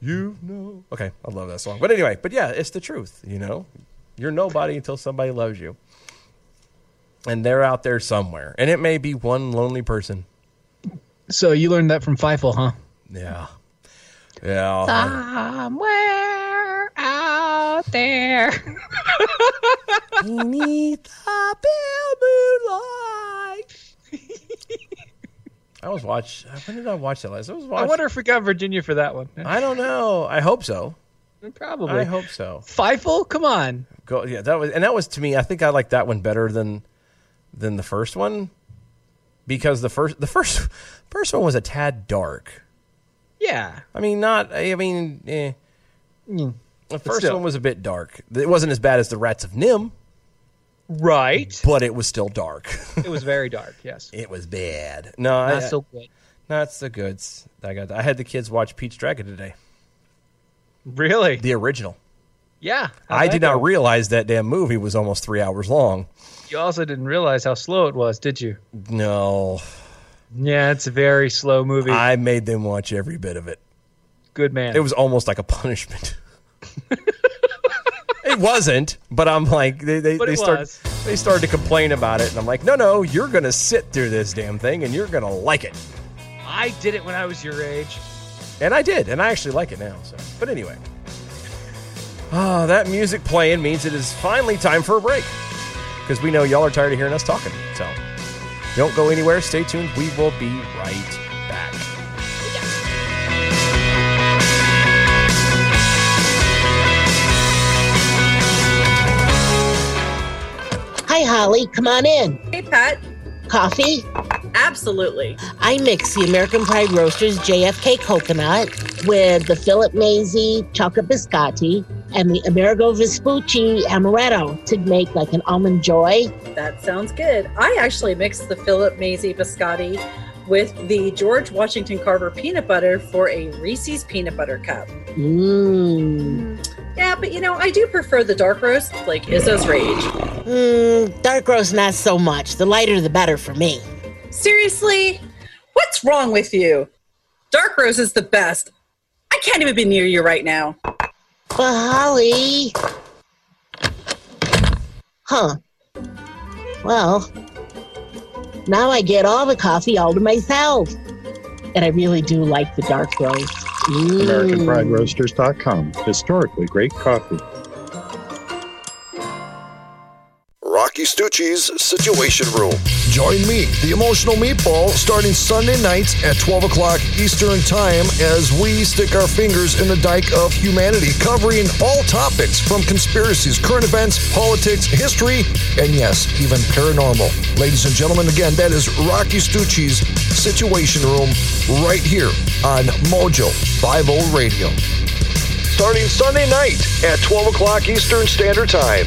[SPEAKER 7] You know. Okay, I love that song. But anyway, but yeah, it's the truth. You know, you're nobody until somebody loves you, and they're out there somewhere, and it may be one lonely person.
[SPEAKER 8] So you learned that from Feifel, huh?
[SPEAKER 7] Yeah, yeah.
[SPEAKER 8] Somewhere out there.
[SPEAKER 7] [laughs] Beneath the pale moonlight. I was watch. When did I watch that last? I was
[SPEAKER 8] I
[SPEAKER 7] watching.
[SPEAKER 8] wonder if we got Virginia for that one.
[SPEAKER 7] I don't know. I hope so.
[SPEAKER 8] Probably.
[SPEAKER 7] I hope so.
[SPEAKER 8] Feifel, come on.
[SPEAKER 7] Go, yeah, that was, and that was to me. I think I like that one better than than the first one because the first the first first one was a tad dark.
[SPEAKER 8] Yeah.
[SPEAKER 7] I mean, not. I mean, eh. the first
[SPEAKER 8] still.
[SPEAKER 7] one was a bit dark. It wasn't as bad as the Rats of Nim,
[SPEAKER 8] Right.
[SPEAKER 7] but it was still dark. [laughs]
[SPEAKER 8] It was very dark. Yes.
[SPEAKER 7] it was bad. No, I,
[SPEAKER 8] Not so good.
[SPEAKER 7] not so good. I got. I had the kids watch Peach Dragon today,
[SPEAKER 8] Really?
[SPEAKER 7] the original.
[SPEAKER 8] Yeah.
[SPEAKER 7] I did not realize that damn movie was almost three hours long.
[SPEAKER 8] You also didn't realize how slow it was, did you?
[SPEAKER 7] No,
[SPEAKER 8] Yeah, it's a very slow movie.
[SPEAKER 7] I made them watch every bit of it.
[SPEAKER 8] good man.
[SPEAKER 7] It was almost like a punishment. [laughs] it wasn't, but I'm like they they,
[SPEAKER 8] But
[SPEAKER 7] they
[SPEAKER 8] it
[SPEAKER 7] start
[SPEAKER 8] was.
[SPEAKER 7] they started to complain about it, and I'm like, no, no, you're gonna sit through this damn thing, and you're gonna like it,
[SPEAKER 8] I did it when I was your age.
[SPEAKER 7] and I did, and I actually like it now. So, but anyway, ah, that music playing means it is finally time for a break because we know y'all are tired of hearing us talking. So, don't go anywhere. Stay tuned. We will be right back.
[SPEAKER 9] Hi, Holly. Come on in.
[SPEAKER 10] Hey, Pat.
[SPEAKER 9] Coffee?
[SPEAKER 10] Absolutely.
[SPEAKER 9] I mix the American Pride Roasters JFK coconut with the Philip Maisy chocolate biscotti and the Amerigo Vespucci amaretto to make like an almond joy.
[SPEAKER 10] That sounds good. I actually mixed the Philip Maisy biscotti with the George Washington Carver peanut butter for a Reese's peanut butter cup.
[SPEAKER 9] Mmm.
[SPEAKER 10] Yeah, but you know, I do prefer the dark roast, like Izzo's Rage.
[SPEAKER 9] Mmm. Dark roast, not so much. The lighter, the better for me.
[SPEAKER 10] Seriously? What's wrong with you? Dark roast is the best. I can't even be near you right now.
[SPEAKER 9] But Holly. Huh. Well, now I get all the coffee all to myself. And I really do like the dark roast. Mm.
[SPEAKER 11] AmericanPrideRoasters.com. Historically great coffee.
[SPEAKER 12] Rocky Stucci's Situation Room. Join me, the Emotional Meatball, starting Sunday nights at 12 o'clock Eastern Time as we stick our fingers in the dike of humanity, covering all topics from conspiracies, current events, politics, history, and yes, even paranormal. Ladies and gentlemen, again, that is Rocky Stucci's Situation Room right here on Mojo 50 Radio. Starting Sunday night at 12 o'clock Eastern Standard Time.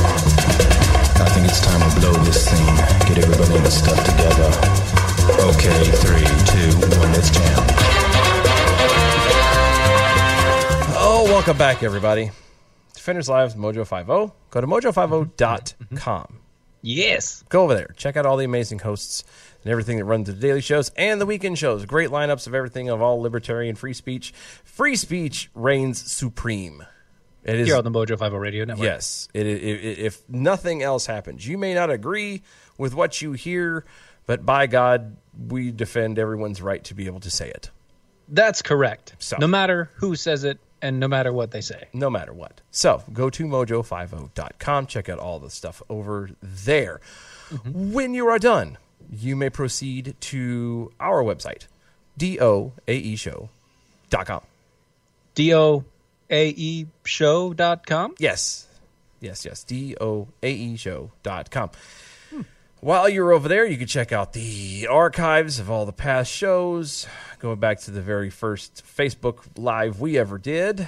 [SPEAKER 11] I think it's time to blow this scene. Get everybody in the stuff together. Okay, three, two, one, let's jam.
[SPEAKER 7] Oh, welcome back, everybody. Defenders Lives Mojo 50. Go to mojo50.com.
[SPEAKER 8] Yes.
[SPEAKER 7] Go over there. Check out all the amazing hosts and everything that runs the daily shows and the weekend shows. Great lineups of everything of all libertarian free speech. Free speech reigns supreme. It is
[SPEAKER 8] Here on the Mojo 50 Radio Network.
[SPEAKER 7] Yes. It, it, it, if nothing else happens, you may not agree with what you hear, but by God, we defend everyone's right to be able to say it.
[SPEAKER 8] That's correct.
[SPEAKER 7] So-
[SPEAKER 8] No matter who says it and no matter what they say.
[SPEAKER 7] no matter what. So go to mojo50.com, check out all the stuff over there. When you are done, you may proceed to our website, E doaeshow.com.
[SPEAKER 8] D-O-A-E show.com.
[SPEAKER 7] Yes. Yes, yes. E DOAEshow.com. While you're over there, you can check out the archives of all the past shows, going back to the very first Facebook Live we ever did.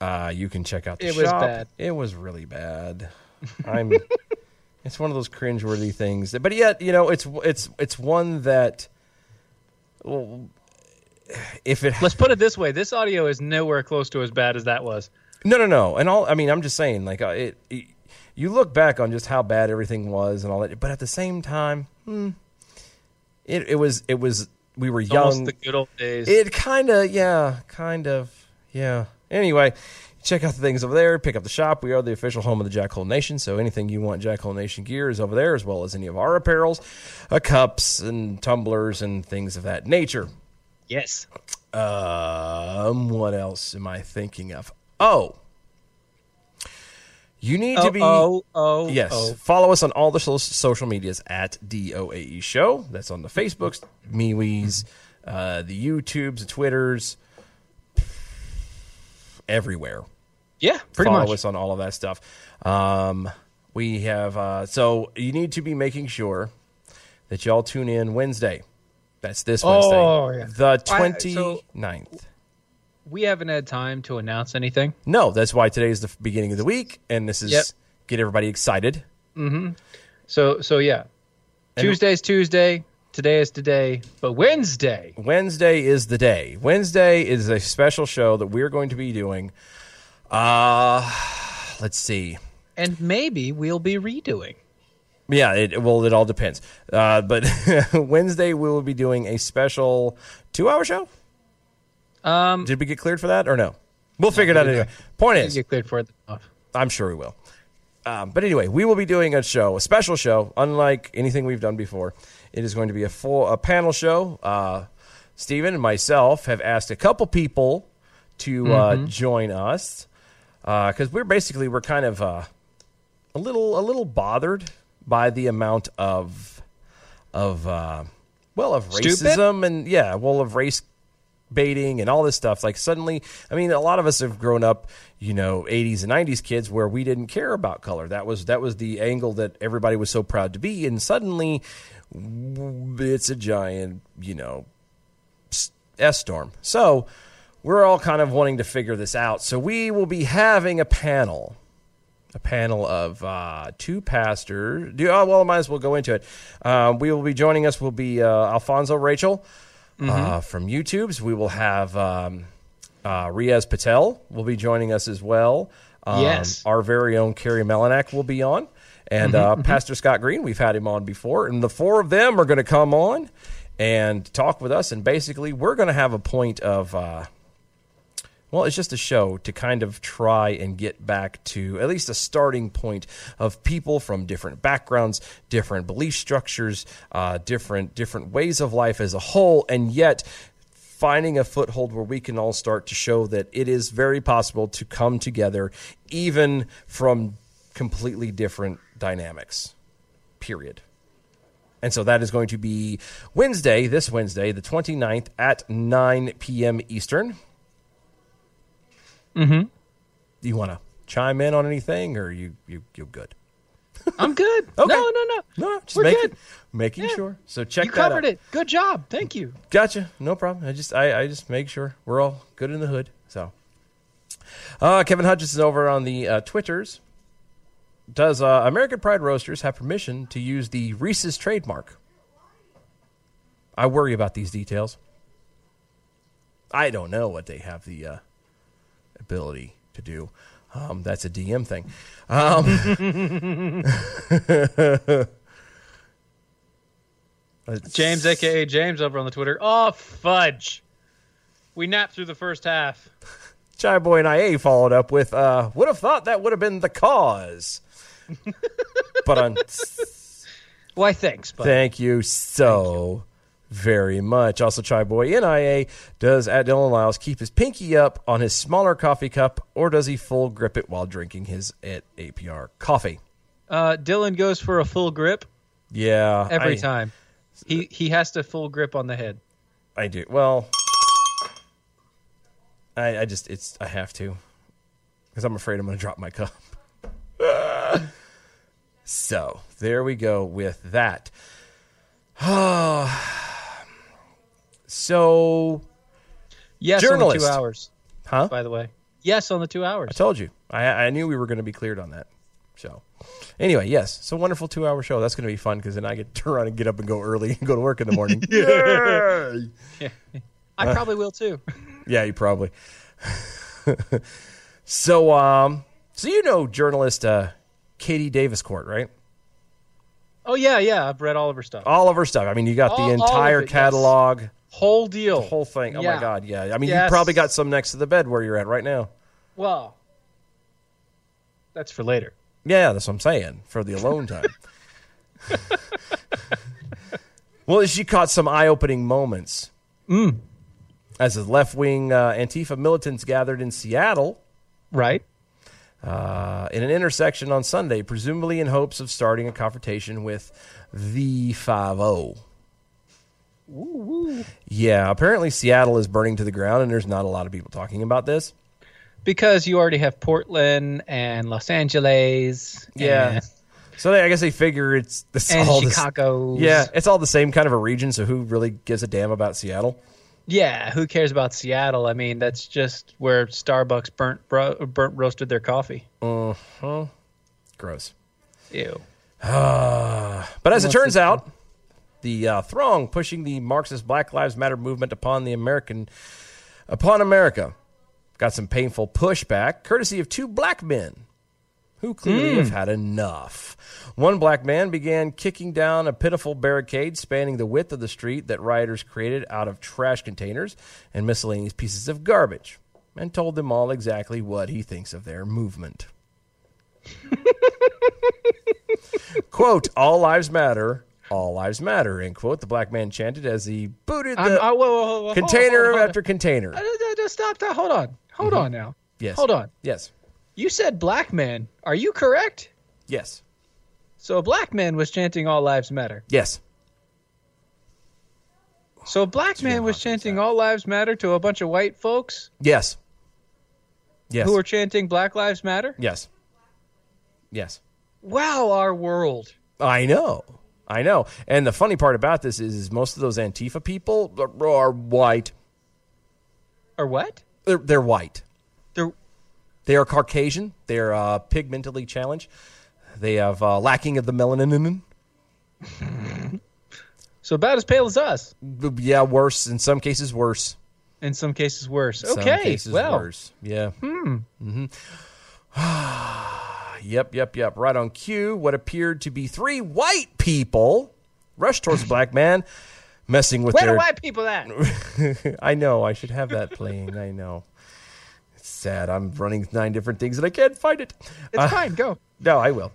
[SPEAKER 7] Uh, you can check out the
[SPEAKER 8] It was
[SPEAKER 7] shop.
[SPEAKER 8] bad.
[SPEAKER 7] It was really bad. I'm. [laughs] it's one of those cringeworthy things, that, but yet you know it's it's it's one that. Well, if it
[SPEAKER 8] Let's put it this way. This audio is nowhere close to as bad as that was.
[SPEAKER 7] No, no, no. And all I mean, I'm just saying, like uh, it, it. You look back on just how bad everything was and all that, but at the same time, hmm, It it was it was we were
[SPEAKER 8] It's almost
[SPEAKER 7] young.
[SPEAKER 8] the good old days.
[SPEAKER 7] It kind of yeah, kind of yeah. Anyway, check out the things over there. Pick up the shop. We are the official home of the Jackhole Nation, so anything you want Jackhole Nation gear is over there, as well as any of our apparels, uh, cups and tumblers and things of that nature.
[SPEAKER 8] Yes.
[SPEAKER 7] Um, what else am I thinking of? Oh, you need to be.
[SPEAKER 8] Oh, oh, oh,
[SPEAKER 7] yes.
[SPEAKER 8] oh.
[SPEAKER 7] Follow us on all the so- social medias at DOAE E Show. That's on the Facebooks, MeWe's, uh, the YouTubes, the Twitters, everywhere.
[SPEAKER 8] Yeah, pretty
[SPEAKER 7] Follow
[SPEAKER 8] much.
[SPEAKER 7] us on all of that stuff. Um, we have uh, so you need to be making sure that y'all tune in Wednesday. That's this Wednesday,
[SPEAKER 8] Oh, yeah.
[SPEAKER 7] the
[SPEAKER 8] I-
[SPEAKER 7] 29th.
[SPEAKER 8] so- We haven't had time to announce anything.
[SPEAKER 7] No, that's why today is the f- beginning of the week, and this is
[SPEAKER 8] Yep.
[SPEAKER 7] get everybody excited.
[SPEAKER 8] hmm So so yeah,
[SPEAKER 7] And-
[SPEAKER 8] Tuesday's Tuesday. Today is today, but Wednesday.
[SPEAKER 7] Wednesday is the day. Wednesday is a special show that we're going to be doing. Uh let's see.
[SPEAKER 8] And maybe we'll be redoing.
[SPEAKER 7] Yeah, it, well, it all depends. Uh, but [laughs] Wednesday we will be doing a special two-hour show.
[SPEAKER 8] Um,
[SPEAKER 7] Did we get cleared for that or no? We'll figure it out anyway. Point is,
[SPEAKER 8] get cleared for it.
[SPEAKER 7] I'm sure we will. Um, but anyway, we will be doing a show, a special show, unlike anything we've done before. It is going to be a full a panel show. Uh, Steven and myself have asked a couple people to uh,
[SPEAKER 8] Mhm.
[SPEAKER 7] join us because we're basically we're kind of uh, a little a little bothered by the amount of of uh, well of
[SPEAKER 8] Stupid?
[SPEAKER 7] racism and yeah well of race baiting and all this stuff like suddenly i mean a lot of us have grown up you know 80s and 90s kids where we didn't care about color that was that was the angle that everybody was so proud to be and suddenly w- it's a giant you know s- S storm. So we're all kind of wanting to figure this out. So we will be having a panel, a panel of uh, two pastors. Do oh, well, might as well go into it. Uh, we will be joining us. Will be uh, Alfonso Rachel uh, from YouTube's. We will have um, uh, Riaz Patel will be joining us as well. Um,
[SPEAKER 8] Yes.
[SPEAKER 7] our very own Carrie Melanak will be on. And
[SPEAKER 8] Mhm,
[SPEAKER 7] uh,
[SPEAKER 8] mhm.
[SPEAKER 7] Pastor Scott Green, we've had him on before, and the four of them are going to come on and talk with us. And basically, we're going to have a point of, uh, well, it's just a show to kind of try and get back to at least a starting point of people from different backgrounds, different belief structures, uh, different different ways of life as a whole, and yet finding a foothold where we can all start to show that it is very possible to come together even from completely different dynamics period and so that is going to be wednesday this wednesday the 29th at 9 p.m eastern
[SPEAKER 8] Mm-hmm.
[SPEAKER 7] do you want to chime in on anything or you you you good
[SPEAKER 8] I'm good.
[SPEAKER 7] [laughs] Okay.
[SPEAKER 8] No, no, no.
[SPEAKER 7] no just
[SPEAKER 8] We're
[SPEAKER 7] making,
[SPEAKER 8] good.
[SPEAKER 7] making
[SPEAKER 8] Yeah.
[SPEAKER 7] sure so check
[SPEAKER 8] you
[SPEAKER 7] that
[SPEAKER 8] covered
[SPEAKER 7] out.
[SPEAKER 8] it. Good job. Thank you.
[SPEAKER 7] Gotcha. No problem. I just I, I just make sure we're all good in the hood. So uh, Kevin Hutchinson over on the uh, Twitters. Does uh, American Pride Roasters have permission to use the Reese's trademark? I worry about these details. I don't know what they have the uh, ability to do. Um, that's a DM thing. Um,
[SPEAKER 8] James, aka James, over on the Twitter. Oh fudge! We napped through the first half.
[SPEAKER 7] Chai Boy and IA followed up with, uh, would have thought that would have been the
[SPEAKER 8] [laughs]
[SPEAKER 7] cause. but on,
[SPEAKER 8] Why? Thanks, but
[SPEAKER 7] thank you so very much. Also, Chai Boy NIA does at Dylan Lyles keep his pinky up on his smaller coffee cup, or does he full grip it while drinking his at APR coffee?
[SPEAKER 8] uh, Dylan goes for a full grip
[SPEAKER 7] Yeah,
[SPEAKER 8] every
[SPEAKER 7] I-
[SPEAKER 8] time. He he has to full grip on the head.
[SPEAKER 7] I do. Well, I, I just it's I have to because I'm afraid I'm going to drop my cup. [laughs] so there we go with that. [sighs] so
[SPEAKER 8] Yes, on
[SPEAKER 7] Journalist.
[SPEAKER 8] the two hours.
[SPEAKER 7] Huh?
[SPEAKER 8] By the way, yes, on the two hours.
[SPEAKER 7] I told you. I, I knew we were going to be cleared on that. So, anyway, yes, it's a wonderful two-hour show. That's going to be fun because then I get to [laughs] turn around and get up and go early and go to work in the morning. Yay!
[SPEAKER 8] I probably will too.
[SPEAKER 7] Yeah, you probably. [laughs] so, um, so you know, journalist uh, Katie Davis Court, right?
[SPEAKER 8] Oh yeah, yeah. I've read all of her stuff.
[SPEAKER 7] All of her stuff. I mean, you got
[SPEAKER 8] All- all
[SPEAKER 7] the
[SPEAKER 8] of
[SPEAKER 7] entire
[SPEAKER 8] it, yes.
[SPEAKER 7] catalog.
[SPEAKER 8] Whole deal.
[SPEAKER 7] whole thing. Oh
[SPEAKER 8] Yeah.
[SPEAKER 7] my god, yeah. I mean,
[SPEAKER 8] Yes.
[SPEAKER 7] you probably got some next to the bed where you're at right now.
[SPEAKER 8] Well, that's for later.
[SPEAKER 7] Yeah, that's what I'm saying for the alone
[SPEAKER 8] [laughs]
[SPEAKER 7] time. well, she caught some eye-opening moments.
[SPEAKER 8] Mm.
[SPEAKER 7] As the left-wing uh, Antifa militants gathered in Seattle,
[SPEAKER 8] right,
[SPEAKER 7] uh, in an intersection on Sunday, presumably in hopes of starting a confrontation with the Five O. Yeah, apparently Seattle is burning to the ground, and there's not a lot of people talking about this.
[SPEAKER 8] Because you already have Portland and Los Angeles.
[SPEAKER 7] Yeah.
[SPEAKER 8] and-
[SPEAKER 7] So they, I guess they figure it's this
[SPEAKER 8] And
[SPEAKER 7] all the s-
[SPEAKER 8] Chicago's.
[SPEAKER 7] yeah, it's all the same kind of a region. So who really gives a damn about Seattle?
[SPEAKER 8] yeah. Who cares about Seattle? I mean, that's just where Starbucks burnt bro- burnt roasted their coffee.
[SPEAKER 7] Uh huh. Gross.
[SPEAKER 8] Ew.
[SPEAKER 7] but as it turns out, the uh, throng pushing the Marxist Black Lives Matter movement upon the American, upon America, got some painful pushback, courtesy of two black men who clearly
[SPEAKER 13] Hmm.
[SPEAKER 7] have had enough. One black man began kicking down a pitiful barricade spanning the width of the street that rioters created out of trash containers and miscellaneous pieces of garbage, and told them all exactly what he thinks of their movement. quote, all lives matter, all lives matter, end quote, the black man chanted as he booted
[SPEAKER 8] I'm-
[SPEAKER 7] the
[SPEAKER 8] I- whoa, whoa, whoa, whoa,
[SPEAKER 7] container
[SPEAKER 8] hold on, hold on.
[SPEAKER 7] after container.
[SPEAKER 8] Uh, just Stop that. Hold on. Hold on now.
[SPEAKER 7] Mm-hmm. Yes.
[SPEAKER 8] Hold on.
[SPEAKER 7] Yes.
[SPEAKER 8] You said black man. Are you correct?
[SPEAKER 7] Yes.
[SPEAKER 8] So a black man was chanting "All Lives Matter."
[SPEAKER 7] Yes.
[SPEAKER 8] So a black man was chanting "All Lives Matter" to a bunch of white folks
[SPEAKER 7] Yes. Yes.
[SPEAKER 8] who were chanting "Black Lives Matter."
[SPEAKER 7] yes. Yes.
[SPEAKER 8] Wow, our world.
[SPEAKER 7] I know. I know. And the funny part about this is, is most of those Antifa people are, are white.
[SPEAKER 8] Are what?
[SPEAKER 7] They're, they're white.
[SPEAKER 8] They're
[SPEAKER 7] they are Caucasian. They're uh, pigmentally challenged. They have uh, lacking of the melanin.
[SPEAKER 8] So about as pale as us.
[SPEAKER 7] Yeah, worse in some cases. Worse.
[SPEAKER 8] In some cases, worse.
[SPEAKER 7] Some
[SPEAKER 8] okay.
[SPEAKER 7] cases
[SPEAKER 8] well.
[SPEAKER 7] worse. Yeah.
[SPEAKER 8] Hmm.
[SPEAKER 7] hmm [sighs] yep, yep, yep. Right on cue, what appeared to be three white people rushed towards the black man, messing with
[SPEAKER 8] Where
[SPEAKER 7] their.
[SPEAKER 8] do white people at?
[SPEAKER 7] [laughs] I know. I should have that playing. I know. It's sad. I'm running nine different things and I can't find it.
[SPEAKER 8] It's fine. Go.
[SPEAKER 7] No, I will.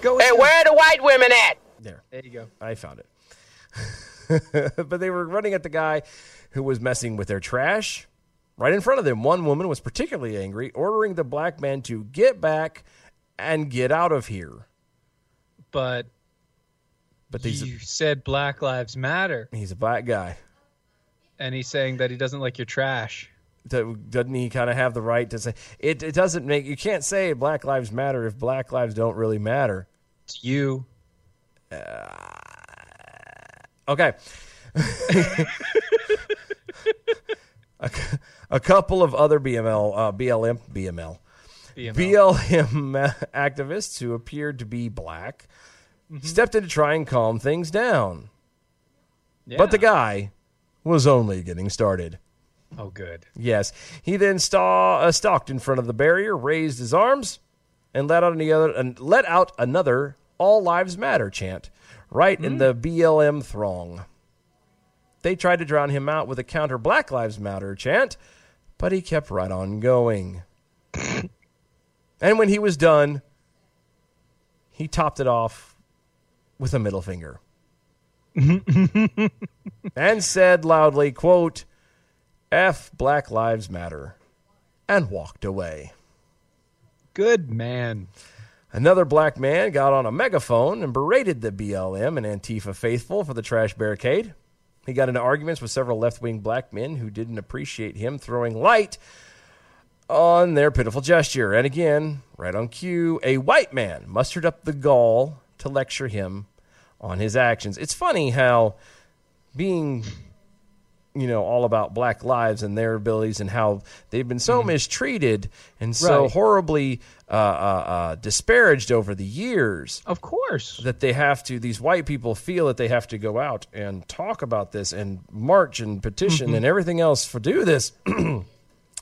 [SPEAKER 8] Go.
[SPEAKER 14] Hey, where are the white women at?
[SPEAKER 7] There.
[SPEAKER 8] There you go.
[SPEAKER 7] I found it. [laughs] but they were running at the guy who was messing with their trash. Right in front of them, one woman was particularly angry, ordering the black man to get back and get out of here.
[SPEAKER 8] But
[SPEAKER 7] But these,
[SPEAKER 8] you said Black Lives Matter,
[SPEAKER 7] he's a black guy.
[SPEAKER 8] and he's saying that he doesn't like your trash.
[SPEAKER 7] Do- Doesn't he kind of have the right to say it? It doesn't make you can't say Black Lives Matter if Black lives don't really matter.
[SPEAKER 8] To you.
[SPEAKER 7] Okay. [laughs] a, cou- a couple of other BML, uh, BLM, BML,
[SPEAKER 8] BML.
[SPEAKER 7] BLM [laughs] activists who appeared to be black stepped in to try and calm things down. But the guy was only getting started.
[SPEAKER 8] Oh, good.
[SPEAKER 7] Yes. He then staw, uh, stalked in front of the barrier, raised his arms, and let out another, and let out another "All Lives Matter" chant, right in the BLM throng. They tried to drown him out with a counter "Black Lives Matter" chant, but he kept right on going. and when he was done, he topped it off with a middle finger and said loudly, quote, F Black Lives Matter, and walked away.
[SPEAKER 8] Good man.
[SPEAKER 7] Another black man got on a megaphone and berated the BLM and Antifa faithful for the trash barricade. He got into arguments with several left wing black men who didn't appreciate him throwing light on their pitiful gesture. And again, right on cue, a white man mustered up the gall to lecture him on his actions. It's funny how being, you know, all about black lives and their abilities and how they've been so mistreated and so
[SPEAKER 8] Right.
[SPEAKER 7] horribly uh, uh, uh, disparaged over the years.
[SPEAKER 8] Of course.
[SPEAKER 7] That they have to, these white people feel that they have to go out
[SPEAKER 8] Mm-hmm.
[SPEAKER 7] and talk about this and march and petition and everything else for do this.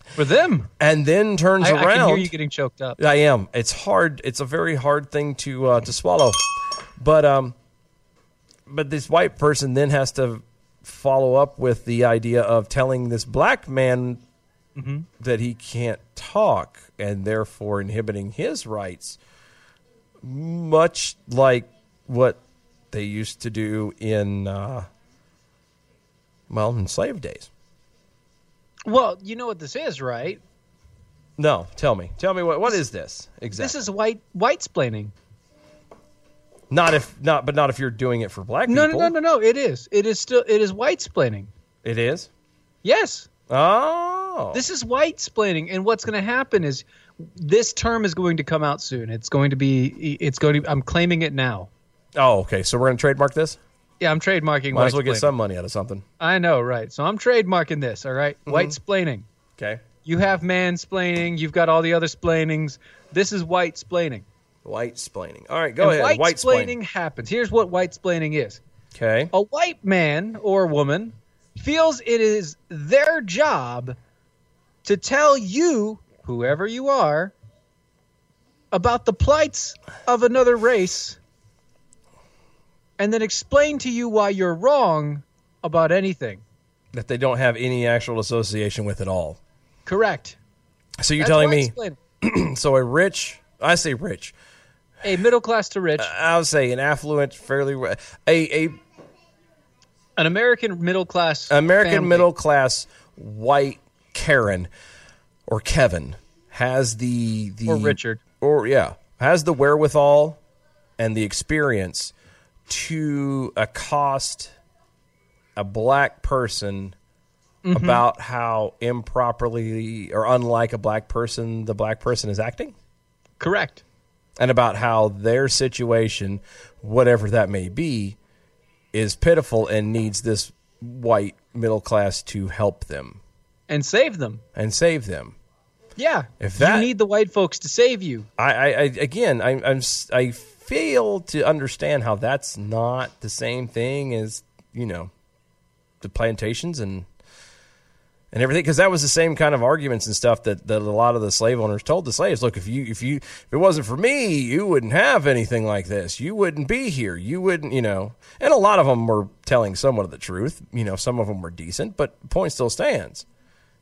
[SPEAKER 8] for them,
[SPEAKER 7] and then turns
[SPEAKER 8] I,
[SPEAKER 7] around.
[SPEAKER 8] I can hear you getting choked up.
[SPEAKER 7] I am. It's hard. It's a very hard thing to uh, to swallow. But um, but this white person then has to follow up with the idea of telling this black man
[SPEAKER 8] Mhm.
[SPEAKER 7] that he can't talk and therefore inhibiting his rights, much like what they used to do in uh, well in slave days.
[SPEAKER 8] Well, you know what this is, right?
[SPEAKER 7] No, tell me, tell me what what is this exactly?
[SPEAKER 8] This is white white splaining.
[SPEAKER 7] Not if not, but not if you're doing it for black
[SPEAKER 8] No, no,
[SPEAKER 7] people.
[SPEAKER 8] no, no, no. It is. It is still. It is white splaining.
[SPEAKER 7] It is.
[SPEAKER 8] Yes.
[SPEAKER 7] Oh.
[SPEAKER 8] This is white splaining, and what's going to happen is this term is going to come out soon. It's going to be. It's going to. I'm claiming it now.
[SPEAKER 7] Oh, okay. So we're gonna trademark this.
[SPEAKER 8] Yeah, I'm trademarking.
[SPEAKER 7] Might
[SPEAKER 8] white
[SPEAKER 7] as well get
[SPEAKER 8] splaining.
[SPEAKER 7] some money out of something.
[SPEAKER 8] I know, right? So I'm trademarking this. All right?
[SPEAKER 7] Mm-hmm.
[SPEAKER 8] white splaining.
[SPEAKER 7] Okay.
[SPEAKER 8] You have mansplaining. You've got all the other splainings. This is white splaining.
[SPEAKER 7] White splaining. All right, go
[SPEAKER 8] And
[SPEAKER 7] ahead.
[SPEAKER 8] White,
[SPEAKER 7] Oh, White
[SPEAKER 8] splaining
[SPEAKER 7] splaining.
[SPEAKER 8] happens. Here's what white splaining is.
[SPEAKER 7] Okay.
[SPEAKER 8] A white man or woman feels it is their job to tell you, whoever you are, about the plights of another race and then explain to you why you're wrong about anything.
[SPEAKER 7] That they don't have any actual association with at all.
[SPEAKER 8] Correct.
[SPEAKER 7] So you're
[SPEAKER 8] That's
[SPEAKER 7] telling
[SPEAKER 8] white
[SPEAKER 7] me.
[SPEAKER 8] splaining.
[SPEAKER 7] so a rich, I say rich.
[SPEAKER 8] A middle class to rich,
[SPEAKER 7] I would say an affluent, fairly ri- a a
[SPEAKER 8] an American middle class,
[SPEAKER 7] American
[SPEAKER 8] family.
[SPEAKER 7] middle class white Karen or Kevin has the the
[SPEAKER 8] Or Richard.
[SPEAKER 7] or yeah has the wherewithal and the experience to accost a black person
[SPEAKER 8] Mhm.
[SPEAKER 7] about how improperly or unlike a black person the black person is acting
[SPEAKER 8] Correct.
[SPEAKER 7] and about how their situation whatever that may be is pitiful and needs this white middle class to help them
[SPEAKER 8] and save them
[SPEAKER 7] and save them
[SPEAKER 8] Yeah.
[SPEAKER 7] If that-
[SPEAKER 8] you need the white folks to save you,
[SPEAKER 7] I, I, I again, I, I'm s- I fail to understand how that's not the same thing as you know the plantations and and everything because that was the same kind of arguments and stuff that, that a lot of the slave owners told the slaves look if you if you if it wasn't for me you wouldn't have anything like this you wouldn't be here you wouldn't you know and a lot of them were telling somewhat of the truth you know some of them were decent but the point still stands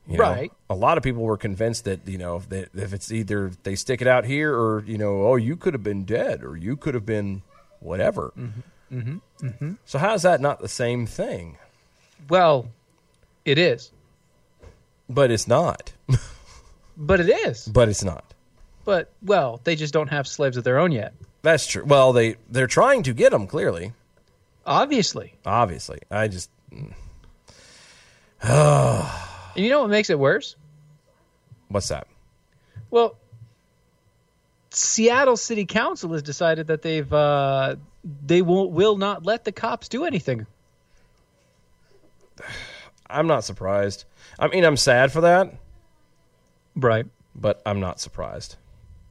[SPEAKER 7] you know,
[SPEAKER 8] Right.
[SPEAKER 7] a lot of people were convinced that you know if, they, if it's either they stick it out here or you know oh you could have been dead or you could have been whatever
[SPEAKER 8] Mm-hmm. Mm-hmm.
[SPEAKER 7] so how is that not the same thing
[SPEAKER 8] Well, it is.
[SPEAKER 7] but it's not [laughs]
[SPEAKER 8] But it is.
[SPEAKER 7] but it's not
[SPEAKER 8] But well, they just don't have slaves of their own yet.
[SPEAKER 7] That's true. Well, they they're trying to get them clearly.
[SPEAKER 8] Obviously.
[SPEAKER 7] Obviously, I just
[SPEAKER 8] And you know what makes it worse?
[SPEAKER 7] what's that?
[SPEAKER 8] Well, Seattle City Council has decided that they've uh, they won't will not let the cops do anything.
[SPEAKER 7] I'm not surprised. I mean, I'm sad for that,
[SPEAKER 8] Right.
[SPEAKER 7] but I'm not surprised.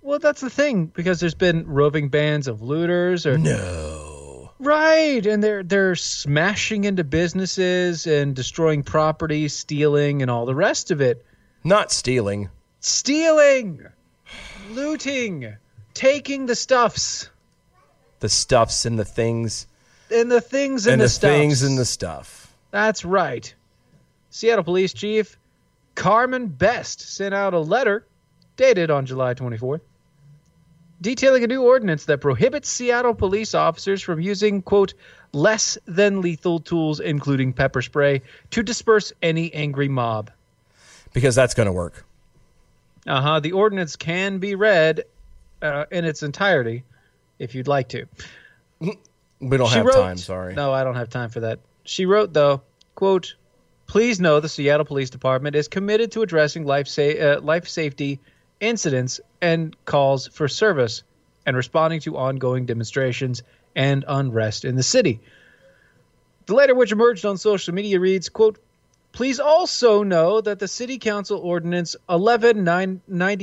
[SPEAKER 8] Well, that's the thing because there's been roving bands of looters or
[SPEAKER 7] no.
[SPEAKER 8] Right, and they're they're smashing into businesses and destroying property, stealing and all the rest of it.
[SPEAKER 7] Not stealing.
[SPEAKER 8] Stealing, looting, taking the stuffs
[SPEAKER 7] The stuffs and the things
[SPEAKER 8] and the things and,
[SPEAKER 7] and
[SPEAKER 8] the,
[SPEAKER 7] the
[SPEAKER 8] stuffs.
[SPEAKER 7] things and the stuff.
[SPEAKER 8] That's right. Seattle Police Chief Carmen Best sent out a letter dated on July 24th detailing a new ordinance that prohibits Seattle police officers from using, quote, less than lethal tools, including pepper spray, to disperse any angry mob.
[SPEAKER 7] Because that's going to work.
[SPEAKER 8] Uh huh. The ordinance can be read uh, in its entirety if you'd like to.
[SPEAKER 7] We don't
[SPEAKER 8] She
[SPEAKER 7] have
[SPEAKER 8] wrote-
[SPEAKER 7] time. Sorry.
[SPEAKER 8] No, I don't have time for that. She wrote, though, quote, Please know the Seattle Police Department is committed to addressing life, sa- uh, life safety incidents and calls for service and responding to ongoing demonstrations and unrest in the city. The letter, which emerged on social media, reads, quote, Please also know that the City Council Ordinance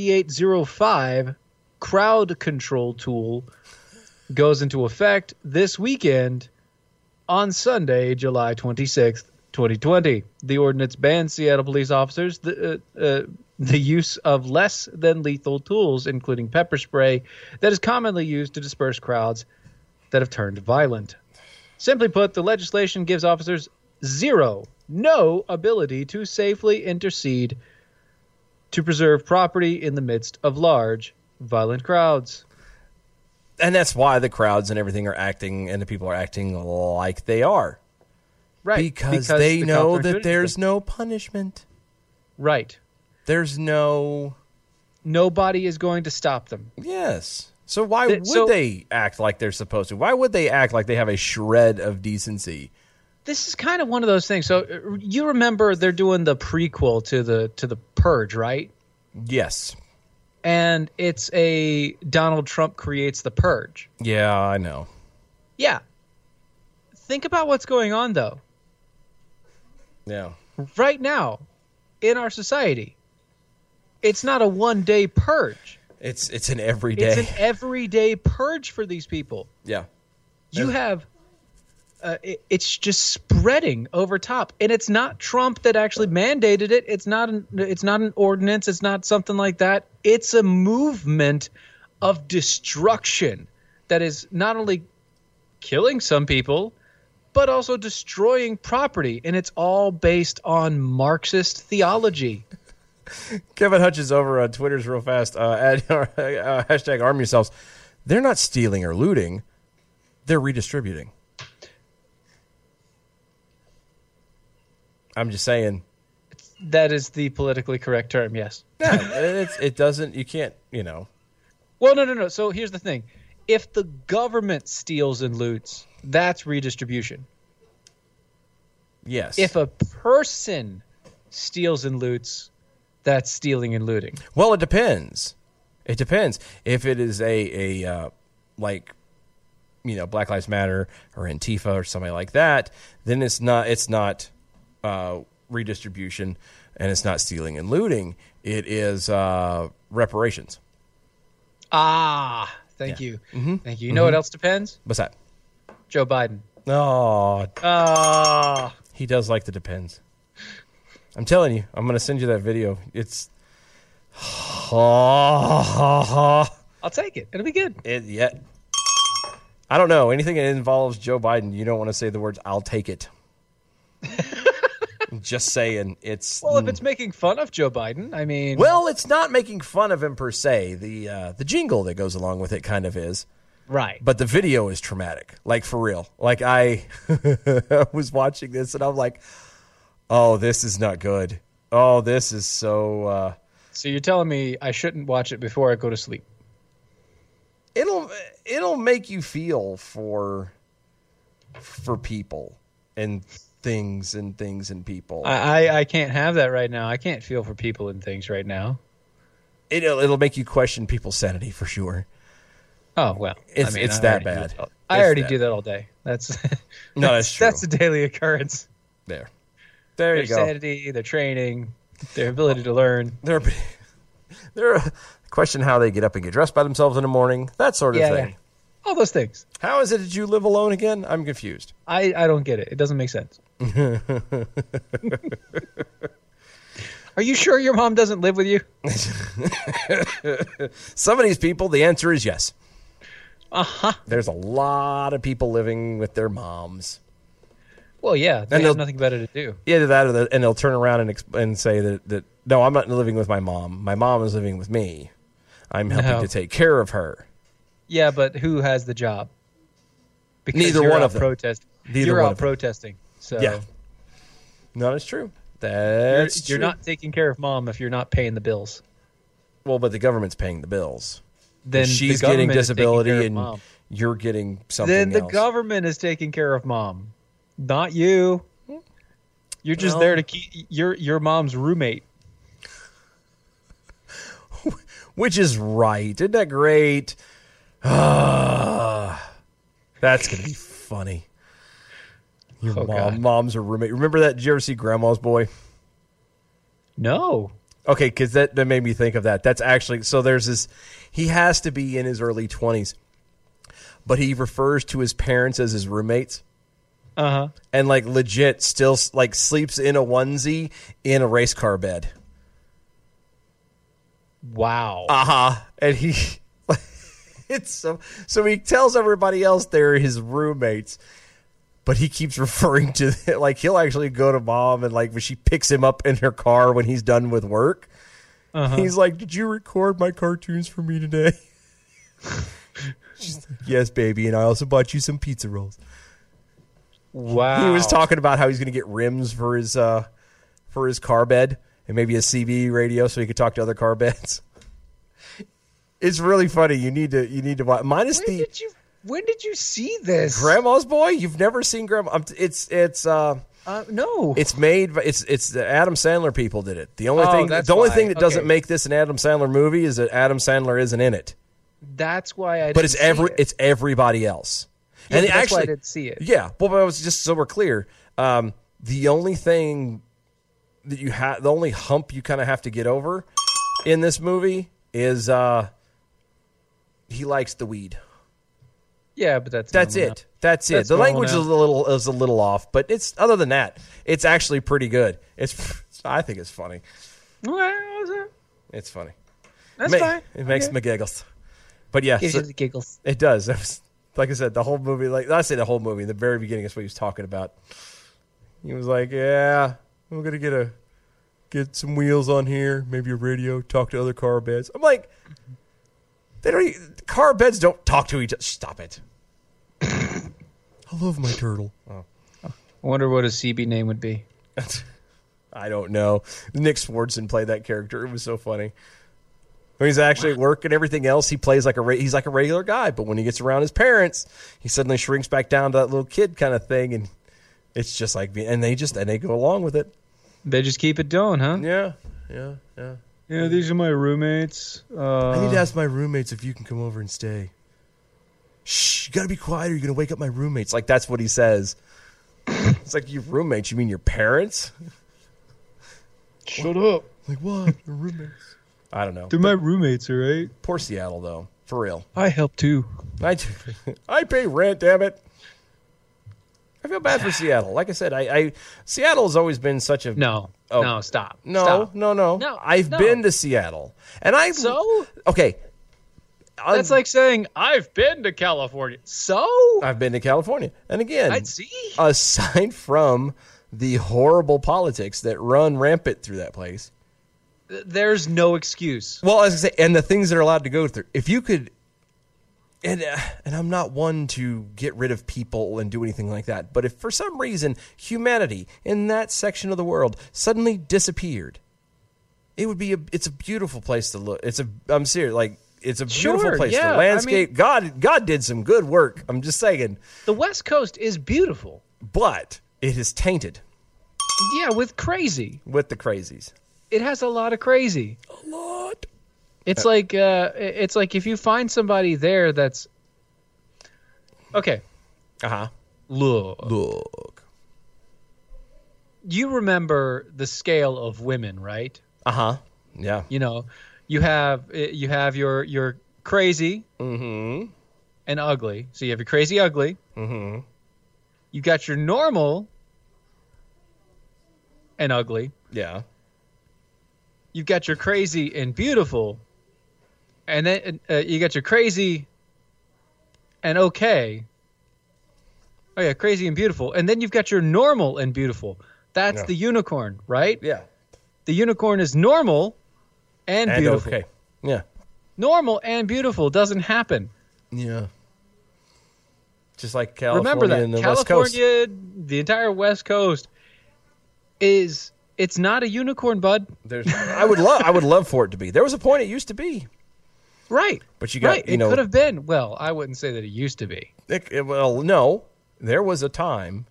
[SPEAKER 8] 119805 crowd control tool goes into effect this weekend on Sunday, July 26th, 2020. The ordinance bans Seattle police officers th- uh, uh, the use of less than lethal tools, including pepper spray, that is commonly used to disperse crowds that have turned violent. Simply put, the legislation gives officers zero, no ability to safely intercede to preserve property in the midst of large, violent crowds.
[SPEAKER 7] and that's why the crowds and everything are acting and the people are acting like they are
[SPEAKER 8] Right.
[SPEAKER 7] because, they
[SPEAKER 8] the
[SPEAKER 7] know
[SPEAKER 8] counterintuitive
[SPEAKER 7] that there's
[SPEAKER 8] thing.
[SPEAKER 7] no punishment
[SPEAKER 8] Right.
[SPEAKER 7] There's no.
[SPEAKER 8] Nobody is going to stop them.
[SPEAKER 7] yes so why
[SPEAKER 8] Th-
[SPEAKER 7] would
[SPEAKER 8] so-
[SPEAKER 7] they act like they're supposed to why would they act like they have a shred of decency
[SPEAKER 8] This is kind of one of those things. So uh, you remember they're doing the prequel to the to the Purge, right?
[SPEAKER 7] yes
[SPEAKER 8] And it's a Donald Trump creates the Purge.
[SPEAKER 7] yeah i know
[SPEAKER 8] Yeah. Think about what's going on though
[SPEAKER 7] yeah
[SPEAKER 8] right now in our society. It's not a one day purge.
[SPEAKER 7] it's it's an everyday
[SPEAKER 8] It's an everyday purge for these people.
[SPEAKER 7] yeah
[SPEAKER 8] You have uh, it, it's just spreading over top, and it's not Trump that actually mandated it. It's not an it's not an ordinance. It's not something like that. It's a movement of destruction that is not only killing some people, but also destroying property, and it's all based on Marxist theology.
[SPEAKER 7] Kevin Hutch is over on Twitter's real fast. Uh, [laughs] at uh, hashtag arm yourselves. They're not stealing or looting. They're redistributing. I'm just saying.
[SPEAKER 8] That is the politically correct term. Yes.
[SPEAKER 7] No, it's, it doesn't. You can't. You know.
[SPEAKER 8] Well, no, no, no. So here's the thing: if the government steals and loots, that's redistribution.
[SPEAKER 7] Yes.
[SPEAKER 8] If a person steals and loots, that's stealing and looting.
[SPEAKER 7] Well, it depends. It depends. If it is a a uh, like you know Black Lives Matter or Antifa or somebody like that, then it's not it's not uh, redistribution and it's not stealing and looting. It is uh, reparations.
[SPEAKER 8] Ah, thank you, thank you. You know what
[SPEAKER 7] Mhm.
[SPEAKER 8] else depends?
[SPEAKER 7] What's that?
[SPEAKER 8] Joe Biden.
[SPEAKER 7] Oh,
[SPEAKER 8] Ah,
[SPEAKER 7] he does like the depends. I'm telling you, I'm gonna send you that video. It's [sighs] [laughs]
[SPEAKER 8] I'll take it. It'll be good.
[SPEAKER 7] It yeah. I don't know anything that involves Joe Biden. You don't want to say the words "I'll take it." Just saying, it's
[SPEAKER 8] Well, if it's making fun of Joe Biden, I mean,
[SPEAKER 7] well, it's not making fun of him per se. The uh, the jingle that goes along with it kind of is.
[SPEAKER 8] right.
[SPEAKER 7] But the video is traumatic, like for real. Like I [laughs] was watching this and I'm like, "Oh, this is not good. Oh, this is so." Uh,
[SPEAKER 8] So you're telling me I shouldn't watch it before I go to sleep?
[SPEAKER 7] it'll it'll make you feel for for people and things and things and people.
[SPEAKER 8] I, I, I can't have that right now. I can't feel for people and things right now.
[SPEAKER 7] it'll it'll make you question people's sanity for sure.
[SPEAKER 8] Oh well,
[SPEAKER 7] It's- it's that
[SPEAKER 8] already do
[SPEAKER 7] bad.
[SPEAKER 8] that- I Oh,
[SPEAKER 7] It's
[SPEAKER 8] already
[SPEAKER 7] that
[SPEAKER 8] do that all day. That's [laughs]
[SPEAKER 7] No, that's true.
[SPEAKER 8] That's a daily occurrence.
[SPEAKER 7] There, there
[SPEAKER 8] their
[SPEAKER 7] you go.
[SPEAKER 8] sanity, their training, their ability to learn.
[SPEAKER 7] They're [laughs] they're question how they get up and get dressed by themselves in the morning, that sort of
[SPEAKER 8] Yeah,
[SPEAKER 7] thing.
[SPEAKER 8] yeah. all those things.
[SPEAKER 7] How is it that you live alone again? I'm confused.
[SPEAKER 8] I, I don't get it. It doesn't
[SPEAKER 7] [laughs]
[SPEAKER 8] make sense. Are you sure your mom doesn't live with you?
[SPEAKER 7] Some of these people, the answer is yes. Uh huh. There's a lot of people living with their moms.
[SPEAKER 8] Well, yeah, they
[SPEAKER 7] And
[SPEAKER 8] have
[SPEAKER 7] they'll-
[SPEAKER 8] nothing better to do.
[SPEAKER 7] Either that, or the, and they'll turn around and exp- and say that that no, I'm not living with my mom. My mom is living with me. I'm helping
[SPEAKER 8] No.
[SPEAKER 7] to take care of her.
[SPEAKER 8] Yeah, but who has the job? Because
[SPEAKER 7] Neither
[SPEAKER 8] you're
[SPEAKER 7] one
[SPEAKER 8] out
[SPEAKER 7] of them.
[SPEAKER 8] Protest.
[SPEAKER 7] Neither
[SPEAKER 8] you're
[SPEAKER 7] one
[SPEAKER 8] out
[SPEAKER 7] of them.
[SPEAKER 8] protesting. So
[SPEAKER 7] Yeah, no, that's true.
[SPEAKER 8] you're,
[SPEAKER 7] That's
[SPEAKER 8] you're
[SPEAKER 7] true.
[SPEAKER 8] not taking care of mom if you're not paying the bills.
[SPEAKER 7] well, but the government's paying the bills.
[SPEAKER 8] Then the
[SPEAKER 7] she's getting
[SPEAKER 8] government is taking
[SPEAKER 7] disability,
[SPEAKER 8] care of
[SPEAKER 7] and
[SPEAKER 8] mom.
[SPEAKER 7] you're getting something.
[SPEAKER 8] Then the
[SPEAKER 7] else.
[SPEAKER 8] government is taking care of mom, not you. You're just
[SPEAKER 7] Well-
[SPEAKER 8] there to keep your your mom's roommate.
[SPEAKER 7] which is right. Isn't that great? Ah, that's gonna be funny. Your
[SPEAKER 8] Oh,
[SPEAKER 7] mom,
[SPEAKER 8] God.
[SPEAKER 7] mom's a roommate. Remember that? Did you ever see Grandma's Boy?
[SPEAKER 8] No.
[SPEAKER 7] Okay, because that, that made me think of that. That's actually so. There's this. He has to be in his early twenties, but he refers to his parents as his roommates,
[SPEAKER 8] Uh huh.
[SPEAKER 7] and like legit still like sleeps in a onesie in a race car bed.
[SPEAKER 8] Wow.
[SPEAKER 7] Uh huh. And he, [laughs] it's so, so he tells everybody else they're his roommates, but he keeps [laughs] referring to them, like he'll actually go to mom and like when she picks him up in her car when he's done with work.
[SPEAKER 6] Uh-huh.
[SPEAKER 7] He's like, "Did you record my cartoons for me today?" [laughs] She's like, "Yes, baby, and I also bought you some pizza rolls."
[SPEAKER 8] Wow.
[SPEAKER 7] He was talking about how he's going to get rims for his uh for his car bed and maybe a CB radio so he could talk to other car beds. It's really funny. You need to you need to watch. Minus the
[SPEAKER 8] When did you see this?
[SPEAKER 7] Grandma's Boy. You've never seen Grandma. I'm t- It's it's uh,
[SPEAKER 8] uh no.
[SPEAKER 7] It's made. by It's it's the Adam Sandler people did it. The only
[SPEAKER 8] Oh,
[SPEAKER 7] thing
[SPEAKER 8] that's
[SPEAKER 7] the only
[SPEAKER 8] why.
[SPEAKER 7] thing that doesn't
[SPEAKER 8] Okay.
[SPEAKER 7] make this an Adam Sandler movie is that Adam Sandler isn't in it.
[SPEAKER 8] That's why I.
[SPEAKER 7] but
[SPEAKER 8] didn't
[SPEAKER 7] it's
[SPEAKER 8] see
[SPEAKER 7] every
[SPEAKER 8] it.
[SPEAKER 7] it's everybody else.
[SPEAKER 8] Yeah,
[SPEAKER 7] and
[SPEAKER 8] but that's
[SPEAKER 7] actually,
[SPEAKER 8] why I didn't see it.
[SPEAKER 7] Yeah, well, but I was just so we're clear. Um, the only thing that you have, the only hump you kind of have to get over in this movie is uh, he likes the weed.
[SPEAKER 8] Yeah, but that's
[SPEAKER 7] That's
[SPEAKER 8] normal
[SPEAKER 7] it.
[SPEAKER 8] now.
[SPEAKER 7] That's it. the
[SPEAKER 8] normal
[SPEAKER 7] language is a
[SPEAKER 8] now.
[SPEAKER 7] little is a little off, but it's other than that, it's actually pretty good. It's [laughs] I think it's funny.
[SPEAKER 8] Okay, that's it.
[SPEAKER 7] It's funny.
[SPEAKER 8] That's
[SPEAKER 7] Ma-
[SPEAKER 8] fine.
[SPEAKER 7] It makes
[SPEAKER 8] Okay.
[SPEAKER 7] me giggles. But yeah,
[SPEAKER 8] Gives you the giggles.
[SPEAKER 7] It does. [laughs] That was- like I said, the whole movie. Like I say, the whole movie. The very beginning is what he was talking about. He was like, "Yeah, I'm gonna get a get some wheels on here, maybe a radio, talk to other car beds." I'm like, "They don't. e- Car beds don't talk to each other. Stop it." I love my turtle.
[SPEAKER 8] I wonder what his CB name would be.
[SPEAKER 7] I don't know. Nick Swardson played that character. It was so funny. When he's actually at work and everything else, he plays like a re- he's like a regular guy. But when he gets around his parents, he suddenly shrinks back down to that little kid kind of thing, and it's just like being- and they just and they go along with it.
[SPEAKER 8] They just keep it going, huh?
[SPEAKER 7] Yeah, yeah, yeah.
[SPEAKER 8] Yeah, these are my roommates. Uh,
[SPEAKER 7] I need to ask my roommates if you can come over and stay. Shh, you gotta be quiet, or you're gonna wake up my roommates. Like that's what he says. it's like your roommates. You mean your parents?
[SPEAKER 8] Shut up.
[SPEAKER 7] Like
[SPEAKER 8] [laughs]
[SPEAKER 7] what? Your roommates. I don't know.
[SPEAKER 8] They're my roommates, all right?
[SPEAKER 7] Poor Seattle, though. For real.
[SPEAKER 8] I help too.
[SPEAKER 7] I, do- [laughs] I pay rent, damn it. I feel bad for Seattle. Like I said, I, I Seattle's always been such a
[SPEAKER 8] no, no, stop,
[SPEAKER 7] Oh. no,
[SPEAKER 8] stop.
[SPEAKER 7] no, no,
[SPEAKER 8] No,
[SPEAKER 7] I've
[SPEAKER 8] no.
[SPEAKER 7] been to Seattle, and I
[SPEAKER 8] So?
[SPEAKER 7] okay. I-
[SPEAKER 8] That's like saying I've been to California. So
[SPEAKER 7] I've been to California, and again,
[SPEAKER 8] I'd see.
[SPEAKER 7] [laughs] aside from the horrible politics that run rampant through that place,
[SPEAKER 8] Th- there's no excuse.
[SPEAKER 7] Well, as I say, and the things that are allowed to go through. If you could, and uh, and I'm not one to get rid of people and do anything like that, but if for some reason humanity in that section of the world suddenly disappeared, it would be a. It's a beautiful place to look. It's a. I'm serious. Like it's a beautiful
[SPEAKER 8] Sure,
[SPEAKER 7] place.
[SPEAKER 8] yeah, I
[SPEAKER 7] the
[SPEAKER 8] mean-
[SPEAKER 7] landscape. God, God did some good work. I'm just saying,
[SPEAKER 8] The West Coast is beautiful.
[SPEAKER 7] but it is tainted
[SPEAKER 8] Yeah, with crazy.
[SPEAKER 7] with the crazies.
[SPEAKER 8] It has a lot of crazy.
[SPEAKER 7] A lot.
[SPEAKER 8] It's like uh, it's like if you find somebody there that's okay.
[SPEAKER 7] Uh huh.
[SPEAKER 8] Look,
[SPEAKER 7] Look.
[SPEAKER 8] you remember the scale of women, right?
[SPEAKER 7] Uh huh. Yeah.
[SPEAKER 8] You know, you have eh, you have your your crazy
[SPEAKER 7] Mm
[SPEAKER 8] and ugly. So you have your crazy ugly.
[SPEAKER 7] hmm. Mm hmm.
[SPEAKER 8] You got your normal and ugly.
[SPEAKER 7] Yeah.
[SPEAKER 8] You've got your crazy and beautiful, and then uh, you got your crazy and okay. Oh yeah, crazy and beautiful, and then you've got your normal and beautiful. That's
[SPEAKER 7] Yeah.
[SPEAKER 8] the unicorn, right?
[SPEAKER 7] Yeah.
[SPEAKER 8] The unicorn is normal and, beautiful.
[SPEAKER 7] okay. Yeah.
[SPEAKER 8] Normal and beautiful doesn't happen.
[SPEAKER 7] Yeah. Just like California
[SPEAKER 8] Remember that
[SPEAKER 7] and the West Coast.
[SPEAKER 8] California, the entire West Coast is it's not a unicorn, bud.
[SPEAKER 7] There's, I would love I would love for it to be. There was a point it used to be.
[SPEAKER 8] Right.
[SPEAKER 7] But you got-
[SPEAKER 8] right.
[SPEAKER 7] you know-
[SPEAKER 8] it could have been. Well, I wouldn't say that it used to be.
[SPEAKER 7] It, it- well, no. There was a time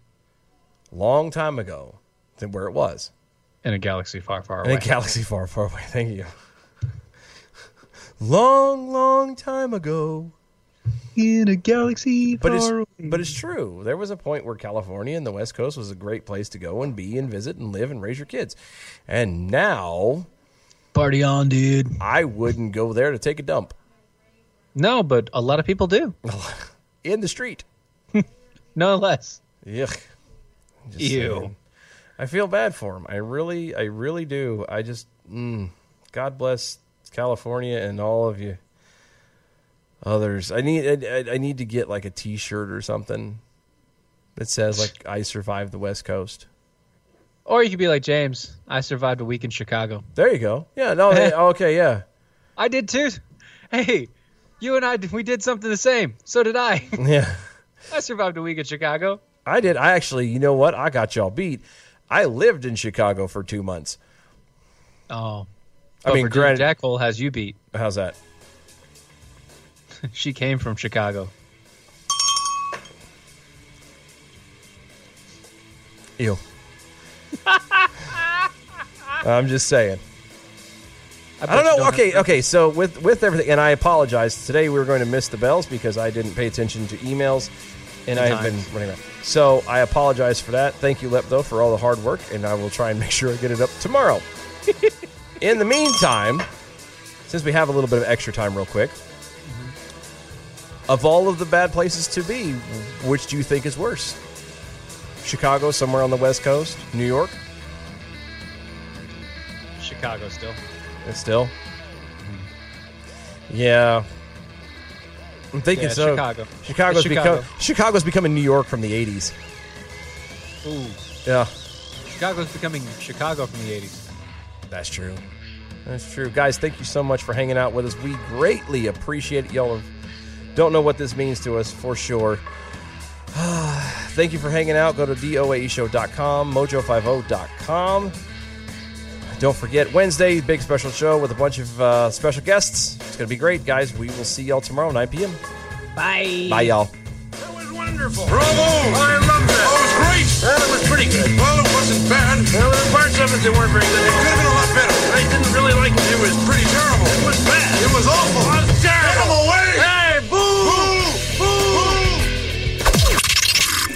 [SPEAKER 7] long time ago than where it was.
[SPEAKER 8] In a galaxy far, far
[SPEAKER 7] In
[SPEAKER 8] away.
[SPEAKER 7] a galaxy far, far away. [laughs] Thank you. long, long time ago.
[SPEAKER 8] In a galaxy
[SPEAKER 7] But it's but it's true. There was a point where California and the West Coast was a great place to go and be and visit and live and raise your kids. And now
[SPEAKER 8] Party on, dude.
[SPEAKER 7] I wouldn't go there to take a dump
[SPEAKER 8] No, but a lot of people do.
[SPEAKER 7] in the street.
[SPEAKER 8] No less.
[SPEAKER 7] Yuck. Just
[SPEAKER 8] Ew.
[SPEAKER 7] saying. I feel bad for him. I really, I really do. I just, mm, God bless California and all of you others. I need I, I- I need to get like a T-shirt or something that says like I survived the West Coast.
[SPEAKER 8] Or you could be like James. I survived a week in Chicago.
[SPEAKER 7] There you go. Yeah. No. they- okay. Yeah.
[SPEAKER 8] I did too. Hey, you and I did- we did something the same. So did I. [laughs]
[SPEAKER 7] Yeah.
[SPEAKER 8] I survived a week in Chicago.
[SPEAKER 7] I did. I actually, you know what? I got y'all beat. I lived in Chicago for two months.
[SPEAKER 8] Oh.
[SPEAKER 7] I mean, granted,
[SPEAKER 8] Jackhole has you beat.
[SPEAKER 7] How's that?
[SPEAKER 8] she came from Chicago.
[SPEAKER 7] Ew. I'm just saying. I, don't
[SPEAKER 13] bet you
[SPEAKER 7] know.
[SPEAKER 13] don't
[SPEAKER 7] okay,
[SPEAKER 13] have-
[SPEAKER 7] okay. So with with everything, and I apologize. Today we were going to miss the bells because I didn't pay attention to emails, and I have been
[SPEAKER 13] Sometimes.
[SPEAKER 7] running around. So I apologize for that. Thank you, Lepto, for all the hard work, and I will try and make [laughs] sure I get it up tomorrow. In the meantime, since we have a little bit of extra time, real quick, of all of the bad places to be, which do you think is worse? Chicago, somewhere on the West Coast, New York,
[SPEAKER 8] Chicago still.
[SPEAKER 7] and still. Yeah. I'm thinking
[SPEAKER 8] Yeah,
[SPEAKER 7] so.
[SPEAKER 8] Chicago.
[SPEAKER 7] Chicago's
[SPEAKER 8] Chicago.
[SPEAKER 7] become Chicago's becoming New York from the '80s.
[SPEAKER 8] Ooh.
[SPEAKER 7] Yeah,
[SPEAKER 8] Chicago's becoming Chicago from the 80s.
[SPEAKER 7] that's true. That's true, guys. Thank you so much for hanging out with us. We greatly appreciate it. Y'all are- don't know what this means to us for sure. [sighs] thank you for hanging out. Go to doaeshow.com, mojo50.com. Don't forget Wednesday, big special show with a bunch of uh, special guests. It's gonna be great, guys. We will see y'all tomorrow, 9 p.m.
[SPEAKER 6] Bye.
[SPEAKER 7] Bye, y'all.
[SPEAKER 6] Wonderful. Bravo! I love that. Oh, it was great. That was pretty good. Well, it wasn't bad. There were parts of it that weren't very good. It could have been a lot better. I didn't really like it. It was pretty terrible. It was bad. It was awful. It was terrible. Get him away! Hey, boo! Boo! Boo!